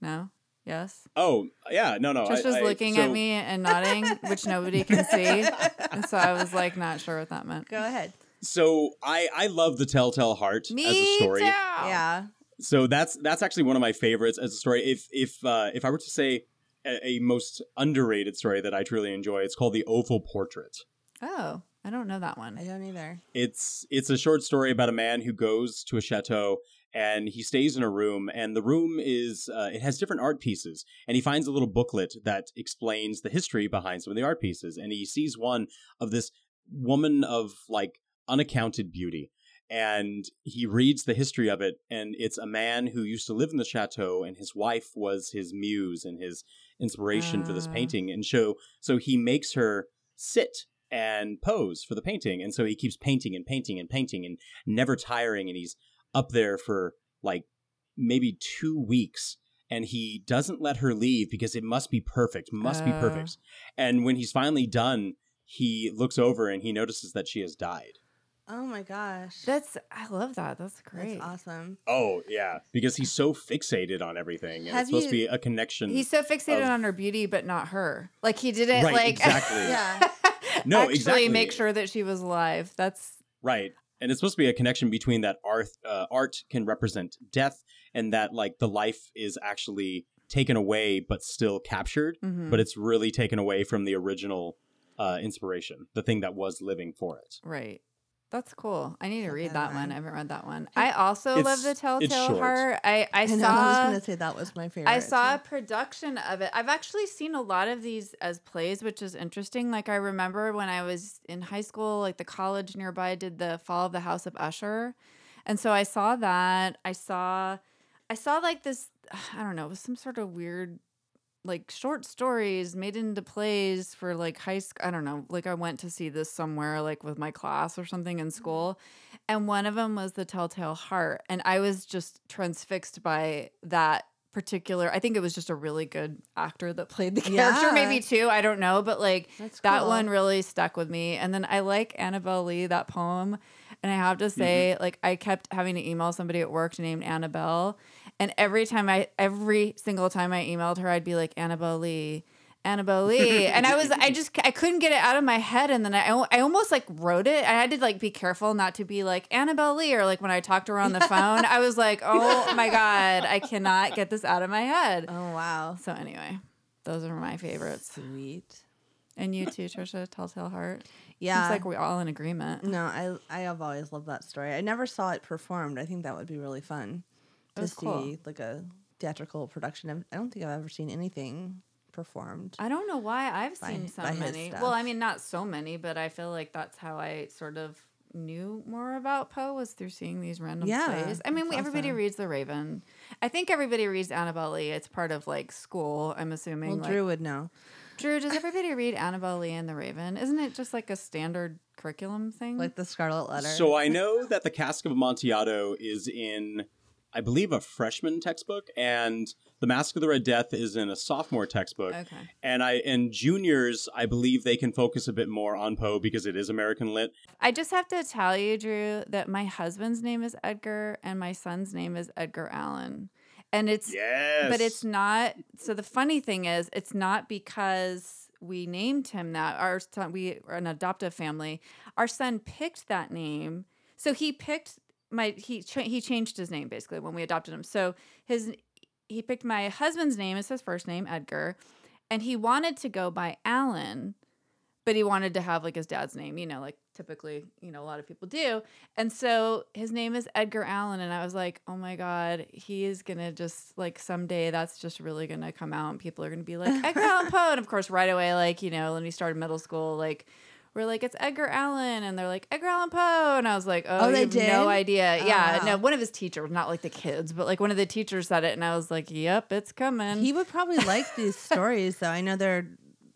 A: No. Yes.
D: Oh yeah, no, no.
A: Trish was
D: I- I-
A: looking
D: so-
A: at me and nodding, which nobody can see, and so I was like, not sure what that meant.
B: Go ahead.
D: So I I love the Telltale Heart
A: Me
D: as a story.
A: too.
B: Yeah.
D: So that's that's actually one of my favorites as a story. If if uh, if I were to say a, a most underrated story that I truly enjoy, it's called The Oval Portrait.
A: Oh, I don't know that one.
B: I don't either.
D: It's it's a short story about a man who goes to a chateau and he stays in a room and the room is uh, it has different art pieces and he finds a little booklet that explains the history behind some of the art pieces and he sees one of this woman of like unaccounted beauty and he reads the history of it and it's a man who used to live in the chateau and his wife was his muse and his inspiration for this
A: Ah.
D: painting and so so he makes her sit and pose for the painting and so he keeps painting and painting and painting and never tiring and he's up there for like maybe 2 weeks and he doesn't let her leave because it must be perfect must be
B: Uh.
A: Ah.
D: perfect and when he's finally done he looks over and he notices that she has died
B: Oh my gosh.
A: That's I love that. That's great.
B: That's awesome.
D: Oh yeah, because he's so fixated on everything, and
B: Have
D: it's supposed to
B: you-
D: be a connection.
A: He's so fixated
D: Of-
A: on her beauty, but not her. Like he didn't
D: Right,
A: like
D: exactly.
B: Yeah.
D: No,
A: actually
D: exactly.
A: make sure that she was alive. That's
D: right, and it's supposed to be a connection between that art, uh, art can represent death, and that like the life is actually taken away but still captured,
A: mhm.
D: but it's really taken away from the original uh, inspiration, the thing that was living for it.
A: Right. That's cool. I need to
B: Love
A: read
B: that
A: that one.
B: one.
A: I haven't read that one. I also love
D: It's-
A: the
D: it's
A: Telltale
D: short.
A: Heart. I I,
B: know, I was
A: saw
B: gonna say that was my favorite.
A: I saw a
B: too.
A: production of it. I've actually seen a lot of these as plays, which is interesting. Like I remember when I was in high school, like the college nearby did the Fall of the House of Usher. And so I saw that. I saw I saw like this I don't know, it was some sort of weird like short stories made into plays for like high school. I don't know. Like I went to see this somewhere like with my class or something in school. And one of them was the Telltale Heart. And I was just transfixed by that particular. I think it was just a really good actor that played the character,
B: Yeah.
A: maybe two. I don't know. But like
B: That's
A: that
B: cool.
A: one really stuck with me. And then I like Annabelle Lee, that poem. And I have
B: Mm-hmm.
A: to say, like, I kept having to email somebody at work named Annabelle. And every time I, every single time I emailed her, I'd be like, Annabelle Lee, Annabelle Lee. and I was, I just, I couldn't get it out of my head. And then I, al- I almost like wrote it. I had to like be careful not to be like Annabelle Lee or like when I talked to her on the phone, I was like, oh my God, I cannot get this out of my head.
B: Oh wow.
A: So anyway, those are my favorites.
B: Sweet.
A: And you too, Trisha, Telltale Heart.
B: Yeah. Mm.
A: It's like we're all in agreement.
B: No, I I have always loved that story. I never saw it performed. I think that would be really fun to
A: was
B: see
A: cool.
B: like a theatrical production. I've- I don't think I've ever seen anything performed.
A: I don't know why I've
B: By-
A: seen so
B: by his
A: many.
B: stuff.
A: Well, I mean, not so many, but I feel like that's how I sort of knew more about Poe was through seeing these random
B: Yeah,
A: plays. I mean,
B: that's
A: we, everybody
B: awesome.
A: reads The Raven. I think everybody reads Annabelle Lee. It's part of like school, I'm assuming.
B: Well,
A: like,
B: Drew would know.
A: Drew, does everybody read Annabelle Lee and The Raven? Isn't it just like a standard curriculum thing?
B: Like the Scarlet Letter.
D: So I know that the Cask of Amontillado is in, I believe, a freshman textbook, and the Mask of the Red Death is in a sophomore textbook.
A: okay.
D: And I and juniors, I believe they can focus a bit more on Poe because it is American lit.
A: I just have to tell you, Drew, that my husband's name is Edgar and my son's name is Edgar Allan. And it's
D: Yes,
A: But it's not. So the funny thing is, it's not because we named him that. Our son, we are an adoptive family. Our son picked that name. So he picked my he cha- he changed his name basically when we adopted him. So his he picked my husband's name as his first name, Edgar, and he wanted to go by Alan, but he wanted to have like his dad's name, you know, like typically, you know, a lot of people do. And so his name is Edgar Allan. And I was like, oh my God, he is going to just like someday that's just really going to come out and people are going to be like, Edgar Allan Poe. And of course, right away, like, you know, when we started middle school, like, we're like, it's Edgar Allan. And they're like, Edgar Allan Poe. And I was like, oh,
B: Oh,
A: you
B: they
A: have no
B: did?
A: idea. yeah.
B: wow.
A: No, one of his teachers, not like the kids, but like one of the teachers said it. And I was like, yep, it's coming.
B: he would probably like these stories though. I know they're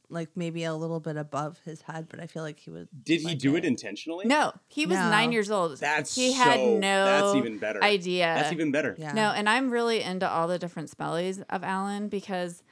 B: like maybe a little bit above his head, but I feel like he would
D: Did he
B: like
D: do it intentionally?
A: no, he was
B: No.
A: nine years old.
D: That's
A: he had
D: so-
A: no
D: That's even better.
A: idea.
D: That's even better.
B: Yeah.
A: No, and I'm really into all the different spellings of Allen because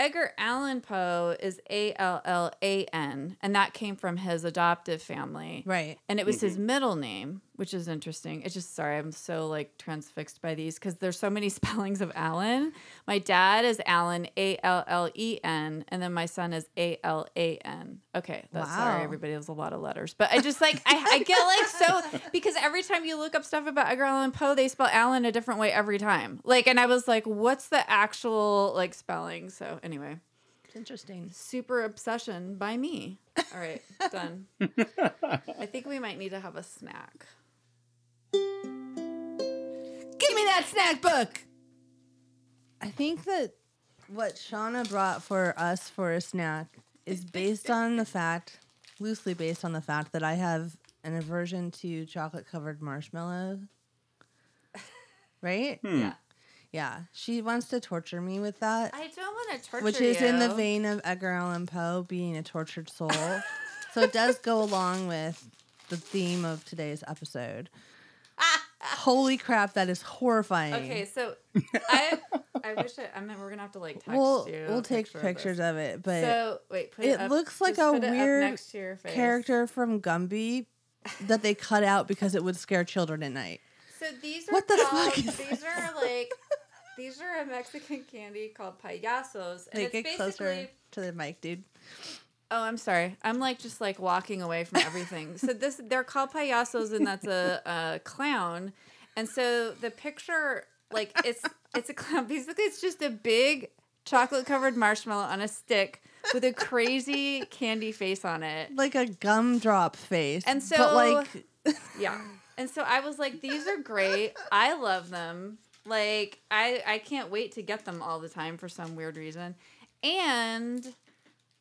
A: Edgar Allan Poe is A L L A N, and that came from his adoptive family.
B: Right.
A: And it was his middle name, which is interesting. It's just sorry, I'm so like transfixed by these because there's so many spellings of Alan. My dad is Alan A L L E N, and then my son is A L A N. Okay, that's sorry,
B: Wow.
A: everybody. There's a lot of letters, but I just like I, I get like so because every time you look up stuff about Edgar Allan Poe, they spell Alan a different way every time. Like, and I was like, what's the actual like spelling? So anyway,
B: It's interesting.
A: super obsession by me. All right, done. I think we might need to have a snack.
C: Give me that snack book.
B: I think that what Shauna brought for us for a snack is based on the fact, loosely based on the fact that I have an aversion to chocolate covered marshmallow. Right?
A: Yeah.
B: Yeah. She wants to torture me with that,
A: I don't want to torture
B: which is in the
A: you.
B: vein of Edgar Allan Poe being a tortured soul. so it does go along with the theme of today's episode. Holy crap, that is horrifying.
A: Okay, so I I wish I, I mean we're gonna have to like text
B: we'll
A: you. a
B: we'll take
A: picture of
B: pictures
A: this.
B: of it, but
A: so wait, put it,
B: it
A: up-
B: looks like
A: just
B: a
A: put it up
B: weird
A: next to your face.
B: character from Gumby that they cut out because it would scare children at night.
A: So these are
B: What the
A: called,
B: fuck is
A: these are like these are a Mexican candy called payasos. And
B: Like,
A: it's
B: get
A: basically
B: closer to the mic, dude.
A: Oh, I'm sorry. I'm like just like walking away from everything. so this they're called payasos, and that's a, a clown. And so the picture, like it's it's a clown. Basically, it's just a big chocolate covered marshmallow on a stick with a crazy candy face on it.
B: Like a gumdrop face,
A: And
B: but
A: so-
B: like
A: Yeah. And so I was like, these are great. I love them. Like I I can't wait to get them all the time for some weird reason. And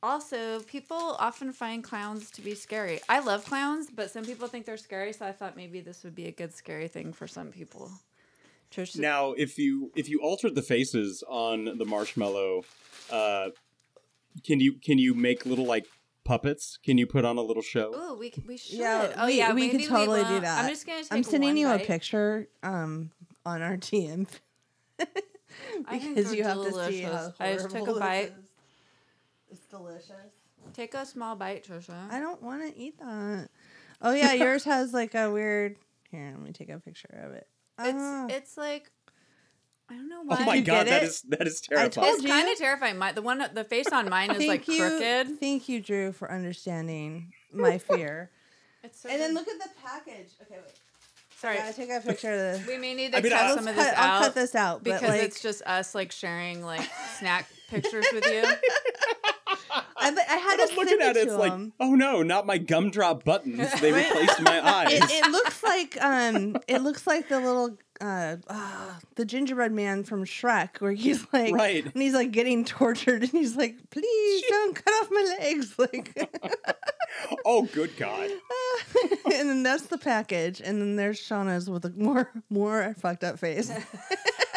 A: also, people often find clowns to be scary. I love clowns, but some people think they're scary, so I thought maybe this would be a good scary thing for some people. Trish,
D: Now, if you if you altered the faces on the marshmallow, uh, can you can you make little like puppets? Can you put on a little show?
A: oh, we c- we should.
B: yeah,
A: oh
B: we,
A: yeah,
B: we
A: maybe
B: could totally do
A: won't.
B: that.
A: I'm just gonna. Take
B: I'm sending
A: one
B: you a
A: bite.
B: picture um on our DM
A: I think
B: because
A: they're
B: you have to see
A: delicious.
B: how
A: I just took a
B: horrible this
A: bite.
B: is. It's delicious.
A: Take a small bite, Trisha.
B: I don't want to eat that. Oh yeah, yours has like a weird. Here, let me take a picture of it. Ah.
A: It's it's like I don't know why.
D: Oh my
B: You
D: god,
B: get
D: that
B: it?
D: is that is
B: told
D: terrifying.
A: It's
B: you.
A: kind of terrifying. My, the one, the face on mine is like crooked.
B: Thank you, Drew, for understanding my fear.
A: It's so
B: and then
A: good.
B: look at the package. Okay, wait.
A: sorry,
B: I take a picture of this.
A: we may need to
D: I mean,
A: cut
D: I'll
A: some of this
B: cut,
A: out
B: I'll cut this out
A: because
B: but like,
A: it's just us like sharing like snack pictures with you.
B: I, but I had
D: I was
B: to
D: looking
B: send
D: at
B: it
D: it,
B: to
D: it's like,
B: him.
D: oh no, not my gumdrop buttons. They replaced my eyes.
B: It, it looks like um, it looks like the little uh, ah, the gingerbread man from Shrek, where he's like,
D: Right.
B: and he's like getting tortured, and he's like, please don't cut off my legs, like.
D: oh good god.
B: and then that's the package, and then there's Shauna's with a more more fucked up face.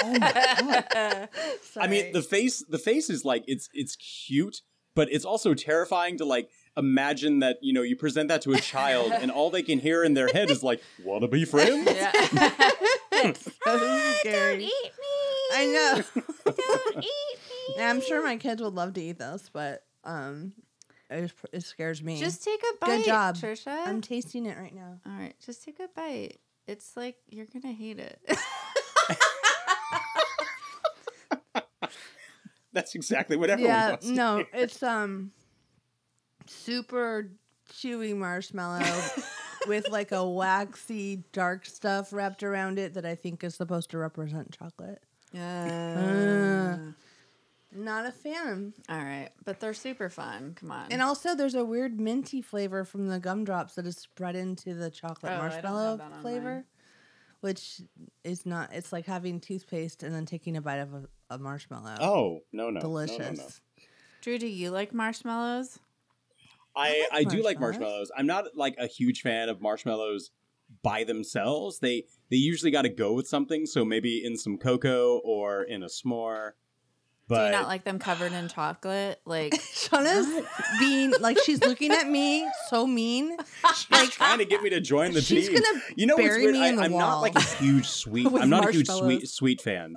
D: Oh my god. I
B: Sorry.
D: mean, the face the face is like it's it's cute, but it's also terrifying to like imagine that, you know, you present that to a child and all they can hear in their head is like, wanna be friends?
A: Yeah.
B: so scary.
A: me.
B: I know.
A: Don't eat me.
B: And I'm sure my kids would love to eat this, but um, it, just- it scares me.
A: Just uh, take a bite.
B: Good job.
A: Trisha.
B: I'm tasting it right now.
A: All right, just take a bite. It's like you're gonna hate it.
D: That's exactly what everyone
B: Yeah,
D: wants.
B: no, it's um, super chewy marshmallow with like a waxy dark stuff wrapped around it that I think is supposed to represent chocolate.
D: Mm.
A: Uh,
B: Not a fan.
A: all right, but they're super fun. Come on.
B: And also, there's a weird minty flavor from the gumdrops that is spread into the chocolate
A: Oh, I don't have
B: marshmallow
A: that on mine.
B: flavor, which is not. It's like having toothpaste and then taking a bite of a, a marshmallow.
D: Oh, no, no. no, no, no.
B: delicious!
A: Drew, do you like marshmallows?
D: I, I
B: like
D: do like
B: marshmallows.
D: marshmallows. I'm not like a huge fan of marshmallows by themselves. They they usually got to go with something, so maybe in some cocoa or in a s'more.
A: Do you
D: But
A: not like them covered in chocolate? Like,
B: Shauna's being like she's looking at me so mean.
D: she's trying to get me to join the
B: She's
D: team.
B: gonna
D: you know what's
B: bury
D: weird?
B: me
D: I,
B: in the
D: I'm not
B: wall.
D: like a huge sweet.
A: With
D: I'm not a huge
A: marshmallows.
D: sweet sweet fan.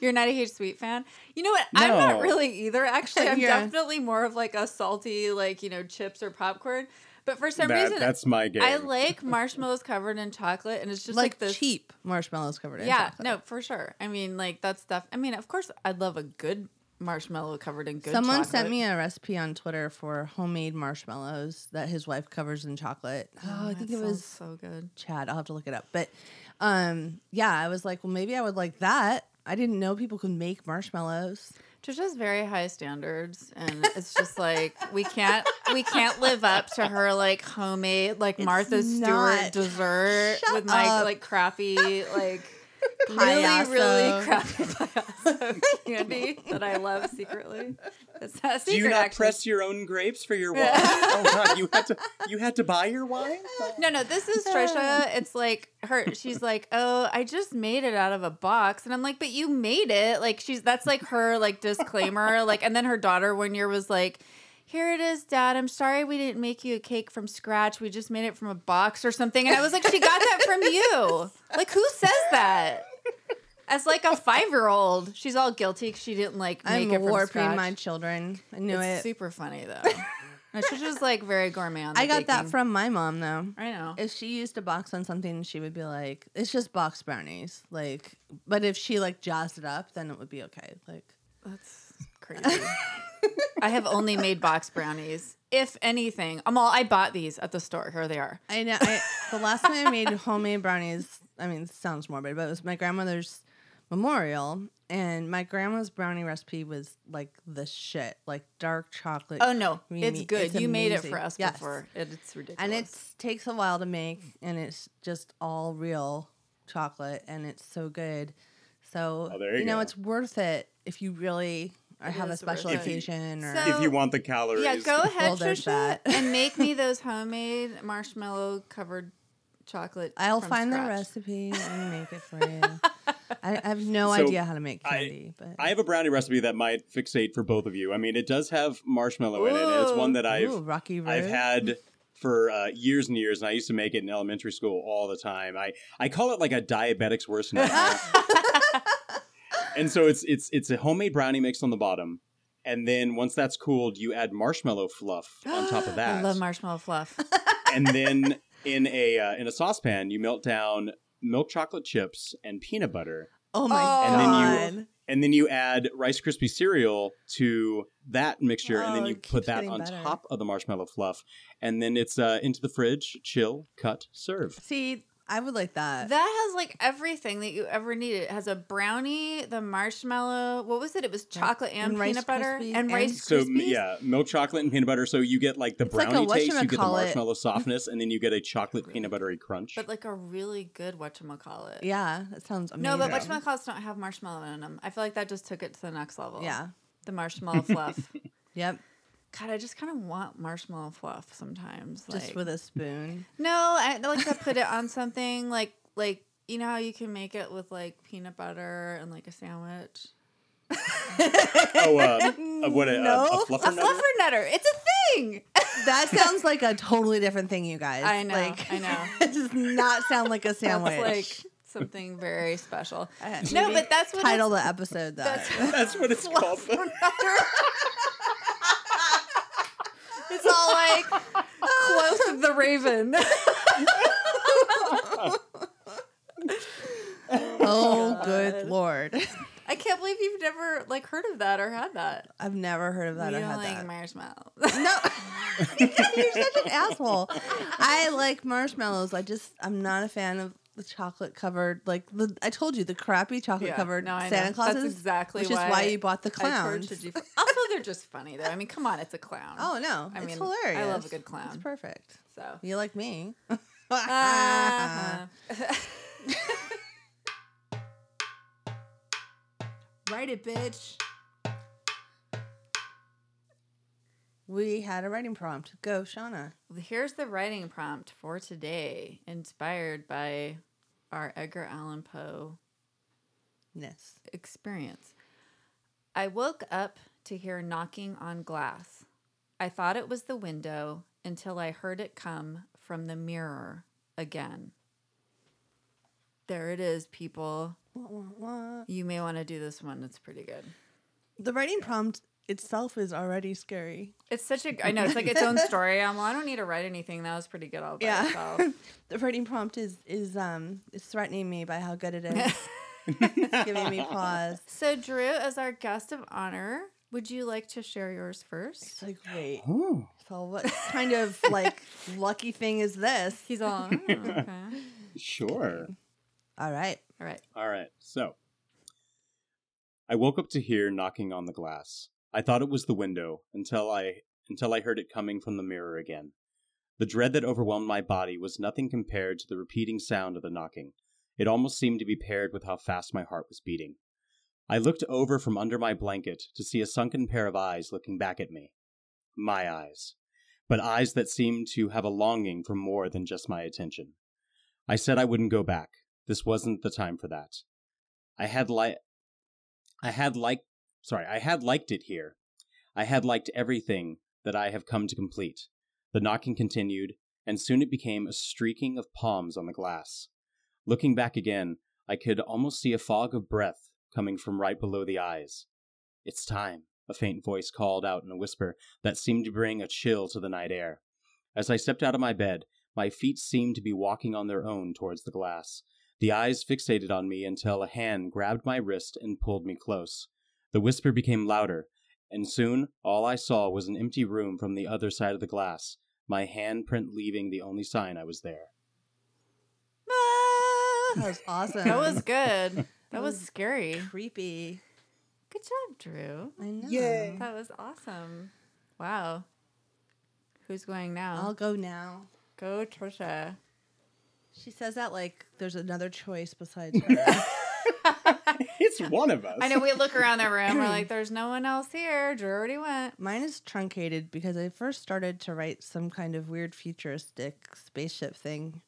A: you're not a huge sweet fan. You know what? I'm
D: No.
A: not really either. Actually, I'm
B: Yeah.
A: definitely more of like a salty, like you know, chips or popcorn. But for some
D: That-
A: reason,
D: that's my game.
A: I like marshmallows covered in chocolate, and it's just like,
B: like
A: this.
B: cheap marshmallows covered in
A: yeah,
B: chocolate.
A: no, for sure. I mean, like that stuff. I mean, of course, I'd love a good marshmallow covered in good.
B: Someone
A: chocolate.
B: sent me a recipe on Twitter for homemade marshmallows that his wife covers in chocolate. Oh, I
A: That
B: think it
A: sounds
B: was
A: so good.
B: Chad. I'll have to look it up. But um, yeah, I was like, well, maybe I would like that. I didn't know people could make marshmallows.
A: Trish has very high standards, and it's just like we can't we can't live up to her like homemade like Martha Stewart
B: not.
A: dessert
B: Shut
A: with my
B: up.
A: like crappy like really
B: Payaso.
A: really crappy payaso candy that I love secretly. It's not a secret.
D: Do you not
A: actually.
D: press your own grapes for your wine? oh God, you had to you had to buy your wine.
A: No, no, this is Trisha. It's like her. She's like, oh, I just made it out of a box, and I'm like, but you made it. Like she's that's like her like disclaimer. Like, and then her daughter one year was like. Here it is, Dad. I'm sorry we didn't make you a cake from scratch. We just made it from a box or something. And I was like, she got that from you. Like, who says that? As like a five year old, she's all guilty 'cause she didn't like make
B: I'm
A: it from
B: warping
A: scratch.
B: my children. I knew
A: it's
B: it.
A: super funny though. And She's just like very gourmet. on the
B: I got that
A: baking.
B: from my mom though.
A: I know.
B: If she used a box on something, she would be like, "It's just box brownies." Like, but if she like jazzed it up, then it would be okay. Like,
A: That's crazy. I have only made box brownies, if anything. I'm all I bought these at the store. Here they are.
B: I know. I, the last time I made homemade brownies, I mean, it sounds morbid, but it was my grandmother's memorial, and my grandma's brownie recipe was like the shit, like dark chocolate.
A: Oh no,
B: creamy.
A: it's good. you made it for
B: amazing.
A: us
B: Yes.
A: before. It, it's ridiculous.
B: and it takes a while to make, and it's just all real chocolate, and it's so good. So
D: Oh, there you
B: know,
D: go.
B: it's worth it if you really uh, have a
A: is worth
B: special
A: it. If
D: you-
B: occasion or.
A: So-
D: If you want the calories,
A: yeah, go ahead,
B: Well, there's
A: Trisha,
B: that.
A: and make me those homemade marshmallow covered chocolate.
B: I'll
A: from
B: find the
A: scratch.
B: recipe and make it for you. I, I have no
D: So,
B: idea how to make
D: I-
B: candy, but
D: I have a brownie recipe that might fixate for both of you. I mean, it does have marshmallow in it, and it's
A: Ooh.
D: one that I've
B: Ooh, Rocky Road.
D: I've had for uh, years and years, and I used to make it in elementary school all the time. I, I call it like a diabetic's worst nightmare. and so it's it's it's a homemade brownie mix on the bottom, and then once that's cooled, you add marshmallow fluff on top of that,
A: I love marshmallow fluff.
D: and then in a uh, in a saucepan, you melt down milk chocolate chips and peanut butter,
B: Oh my
A: Oh.
B: god!
D: And and then you add Rice Krispie cereal to that mixture, and
B: Oh,
D: then you
B: it
D: put
B: keeps
D: that
B: getting
D: on
B: better.
D: top of the marshmallow fluff, and then it's uh, into the fridge, chill, cut, serve.
B: See, I would like that.
A: That has like everything that you ever needed. It has a brownie, the marshmallow. What was it? It was chocolate and,
B: And Rice
A: peanut butter
B: Krispies
A: and
B: and-
A: rice.
D: So m-
A: Krispies?
D: yeah, milk chocolate and peanut butter. So you get like the
B: like a
D: brownie taste, you get the
B: whatchamacallit.
D: marshmallow softness, and then you get a chocolate peanut buttery crunch.
A: but like a really good whatchamacallit.
B: yeah, that sounds
A: No,
B: amazing.
A: but whatchamacallits don't have marshmallow in them. I feel like that just took it to the next level.
B: Yeah.
A: The marshmallow fluff.
B: Yep.
A: God, I just kind of want marshmallow fluff sometimes. Like,
B: Just with a spoon.
A: No, I I like to put it on something like, like, you know how you can make it with like peanut butter and like a sandwich?
D: oh, uh, uh, what a,
B: No.
D: a, a
A: A
D: fluffer, nut?
A: fluffer nutter. It's a thing.
B: That sounds like a totally different thing, you guys.
A: I know.
B: Like,
A: I know.
B: it does not sound like a sandwich.
A: It's like something very special.
B: Uh,
A: No,
B: maybe
A: but that's what
B: title the episode that.
A: That's- Oh
D: That's what it's called.
A: It's all like close of the Raven.
B: oh, good lord!
A: I can't believe you've never like heard of that or had that.
B: I've never heard of that.
A: you
B: or
A: don't
B: had
A: like
B: that.
A: marshmallow.
B: No. You're such an asshole. I like marshmallows. I just I'm not a fan of the chocolate covered like the I told you the crappy chocolate
A: Yeah,
B: covered
A: no, I know.
B: Santa Claus.
A: That's exactly
B: which
A: why
B: is why you bought the
A: I
B: clowns.
A: tortured you. For- also, they're just funny though. I mean, come on, it's a clown.
B: Oh no,
A: I
B: it's
A: mean,
B: hilarious.
A: I love a good clown.
B: It's perfect.
A: So.
B: You like me.
A: Ah.
C: Write it, bitch.
B: we had a writing prompt. Go, Shauna.
A: Here's the writing prompt for today, inspired by our Edgar Allan Poe
B: Yes.
A: experience. I woke up to hear knocking on glass. I thought it was the window until I heard it come from the mirror again. There it is, people.
B: Wah, wah, wah.
A: You may want to do this one. It's pretty good.
B: The writing prompt itself is already scary.
A: It's such a. I know it's like its own story. I'm. Well, I don't need to write anything. That was pretty good all by
B: Yeah.
A: itself.
B: The writing prompt is is um is threatening me by how good it is. It's giving me pause.
A: So Drew, as our guest of honor, would you like to share yours first?
B: It's like wait.
D: Oh.
B: So what kind of like lucky thing is this?
A: He's all. "Oh, okay.
D: Sure.
B: All right.
A: All right.
D: All right. So I woke up to hear knocking on the glass. I thought it was the window until I until I heard it coming from the mirror again. The dread that overwhelmed my body was nothing compared to the repeating sound of the knocking. It almost seemed to be paired with how fast my heart was beating. I looked over from under my blanket to see a sunken pair of eyes looking back at me. My eyes. But eyes that seemed to have a longing for more than just my attention. I said I wouldn't go back. This wasn't the time for that. I had li- I had like sorry, I had liked it here. I had liked everything that I have come to complete. The knocking continued, and soon it became a streaking of palms on the glass. Looking back again, I could almost see a fog of breath coming from right below the eyes. It's time, a faint voice called out in a whisper that seemed to bring a chill to the night air. As I stepped out of my bed, my feet seemed to be walking on their own towards the glass. The eyes fixated on me until a hand grabbed my wrist and pulled me close. The whisper became louder, and soon all I saw was an empty room from the other side of the glass, my handprint leaving the only sign I was there.
B: That was awesome.
A: That was good. That was scary.
B: creepy.
A: Good job, Drew.
B: I know.
A: That was awesome. Wow. Who's going now?
B: I'll go now.
A: go, Trisha.
B: She says that like there's another choice besides her.
D: It's one of us.
A: I know we look around the room. We're like, there's no one else here. Drew already went.
B: Mine is truncated because I first started to write some kind of weird futuristic spaceship thing,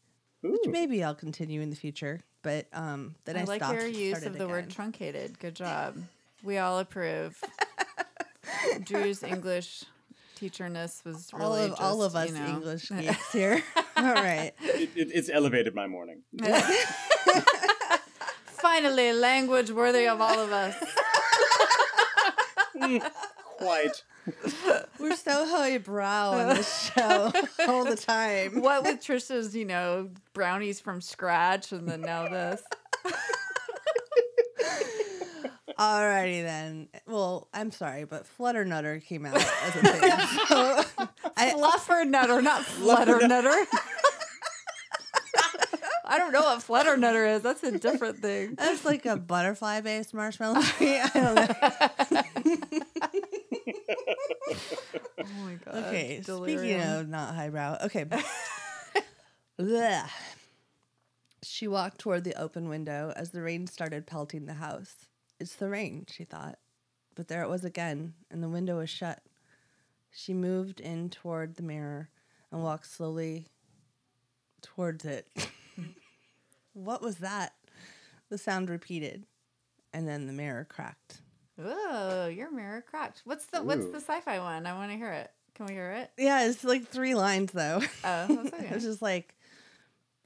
B: which maybe I'll continue in the future. But um, then I,
A: I, like
B: stopped
A: your
B: and
A: use
B: started
A: of the word
B: again.
A: truncated. Good job. We all approve. Drew's English teacherness was really
B: all of
A: just,
B: all of us
A: you know,
B: English geeks here. all right.
D: It, it, it's elevated my morning.
A: Finally, language worthy of all of us.
D: Quite.
B: We're so high brow on this show all the time.
A: What with Trisha's, you know, brownies from scratch, and then now this.
B: Alrighty then. Well, I'm sorry, but Flutter Nutter came out as a thing. So I,
A: Fluffer nutter, not flutter nutter. I don't know what flutter nutter is. That's a different thing.
B: that's like a butterfly based marshmallow. I don't know.
A: Oh my god.
B: Okay, speaking
A: delirium.
B: of not highbrow, okay. Blech. she walked toward the open window as the rain started pelting the house. It's the rain, she thought. But there it was again, and the window was shut. She moved in toward the mirror and walked slowly towards it. what was that? The sound repeated, and then the mirror cracked.
A: Oh, your mirror cracked. What's the what's the sci-fi one? I want to hear it. Can we hear it?
B: Yeah, it's like three lines though.
A: Oh, that's
B: I was
A: okay.
B: just like,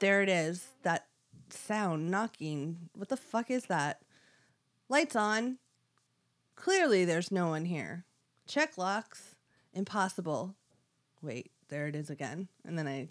B: there it is. That sound knocking. What the fuck is that? Lights on. Clearly, there's no one here. Check locks. Impossible. Wait, there it is again. And then I.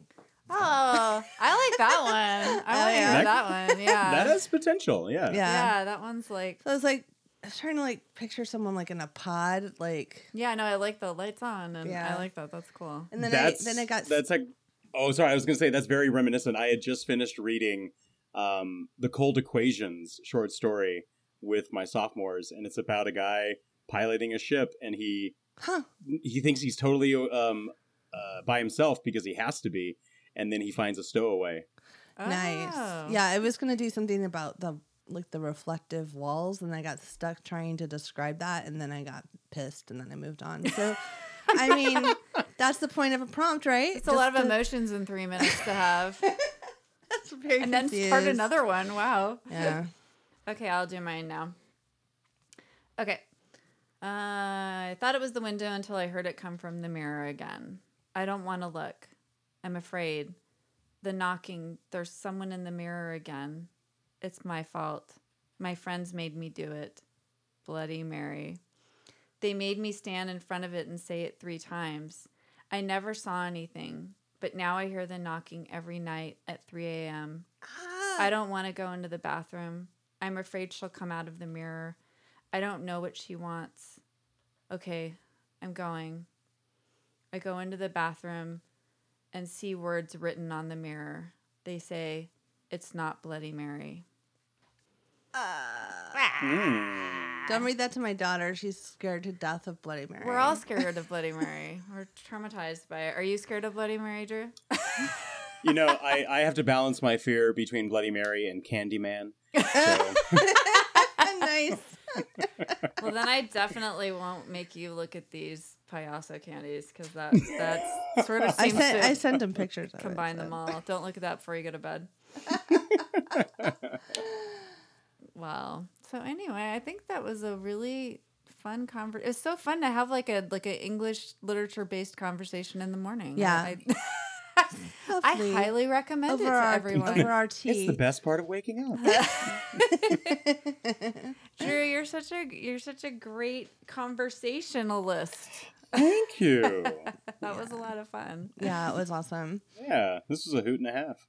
A: oh, I like that one. I
B: Oh,
A: want to
B: yeah.
A: hear that one. Yeah.
D: That has potential, yeah.
B: Yeah.
A: yeah, that one's like
B: So I was like, I was trying to like picture someone like in a pod, like.
A: yeah, no, I like the lights on and
B: Yeah.
A: I like that. That's cool.
B: And then
D: that's,
B: I then I got
D: That's like. Oh, sorry. I was going to say that's very reminiscent. I had just finished reading um, the Cold Equations short story with my sophomores, and it's about a guy piloting a ship, and he
B: huh.
D: he thinks he's totally um, uh, by himself because he has to be, and then he finds a stowaway.
A: Oh.
B: Nice. Yeah, I was gonna do something about the like the reflective walls, and I got stuck trying to describe that, and then I got pissed, and then I moved on. So, I mean, that's the point of a prompt, right?
A: It's a lot of emotions in three minutes to have.
B: very
A: and then start
B: confused.
A: another one. Wow.
B: Yeah.
A: Okay, I'll do mine now. Okay. Uh, I thought it was the window until I heard it come from the mirror again. I don't want to look. I'm afraid. The knocking, there's someone in the mirror again. It's my fault. My friends made me do it. Bloody Mary. They made me stand in front of it and say it three times. I never saw anything, but now I hear the knocking every night at 3 a.m. I don't want to go into the bathroom. I'm afraid she'll come out of the mirror. I don't know what she wants. Okay, I'm going. I go into the bathroom and see words written on the mirror. They say, It's not Bloody Mary.
B: Don't read that to my daughter. She's scared to death of Bloody Mary.
A: We're all scared of Bloody Mary. We're traumatized by it. Are you scared of Bloody Mary, Drew?
D: You know, I, I have to balance my fear between Bloody Mary and Candyman. So,
B: nice.
A: Well, then I definitely won't make you look at these payaso candies because that that's sort of
B: I
A: seems
B: sent
A: to
B: I sent him pictures. Of
A: combine
B: it,
A: them
B: so.
A: all. Don't look at that before you go to bed. wow. So anyway, I think that was a really fun conver. It's so fun to have like a like an English literature based conversation in the morning.
B: Yeah.
A: I, I
B: Lovely.
A: highly recommend
B: over
A: it to
B: our,
A: everyone.
B: over our
D: it's
B: tea.
D: the best part of waking up.
A: Drew, you're such a you're such a great conversationalist.
D: Thank you.
A: That was a lot of fun.
B: yeah, it was awesome.
D: Yeah, this was a hoot and a half.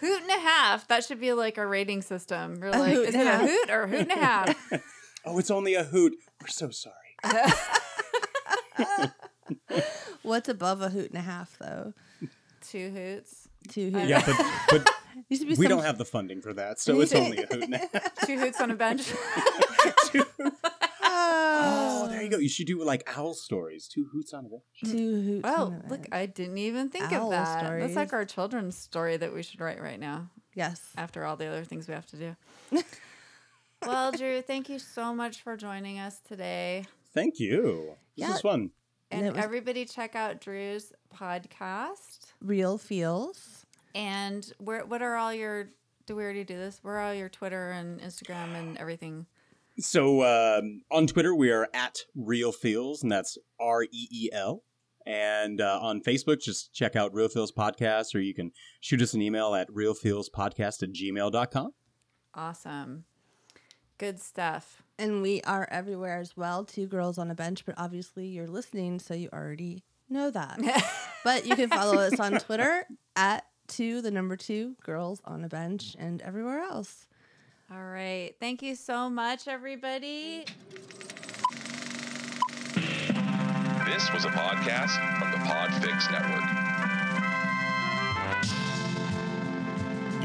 A: Hoot and a half. That should be like our rating system. We're like,
B: hoot
A: is
B: and
A: it
B: a
A: a
B: half.
A: hoot or a hoot and a half?
D: Oh, it's only a hoot. We're so sorry.
B: What's above a hoot and a half though?
A: Two hoots.
B: Two hoots.
D: Yeah, but, but
B: Used to be
D: we
B: some-
D: don't have the funding for that, so it's only a hoot and a half.
A: Two hoots on a bench.
D: Oh, there you go. You should do like owl stories. Two hoots on a bench.
B: two hoots.
A: Oh,
B: in a
A: look,
B: minute.
A: I didn't even think
B: Owl
A: of that. That's
B: stories.
A: like our children's story that we should write right now
B: Yes.
A: after all the other things we have to do. well, Drew, thank you so much for joining us today.
D: Thank you. This
B: Yeah.
D: was fun.
B: And
A: And,
B: it was-
A: everybody check out Drew's podcast.
B: Real feels.
A: And where what are all your do we already do this? Where are all your Twitter and Instagram and everything?
D: So um, on Twitter, we are at Real Feels, and that's R E E L. And uh, on Facebook, just check out Real Feels Podcast, or you can shoot us an email at realfeelspodcast at gmail.com.
A: Awesome. Good stuff.
B: And we are everywhere as well. Two girls on a bench, but obviously you're listening, so you already know that. but you can follow us on Twitter at two, the number two, girls on a bench, and everywhere else.
A: All right. Thank you so much, everybody.
E: This was a podcast from the Podfix Network.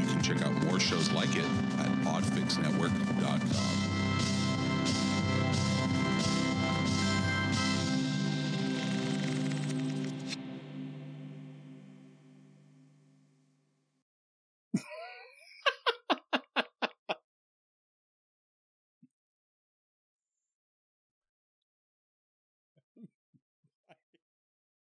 E: You can check out more shows like it at podfixnetwork.com.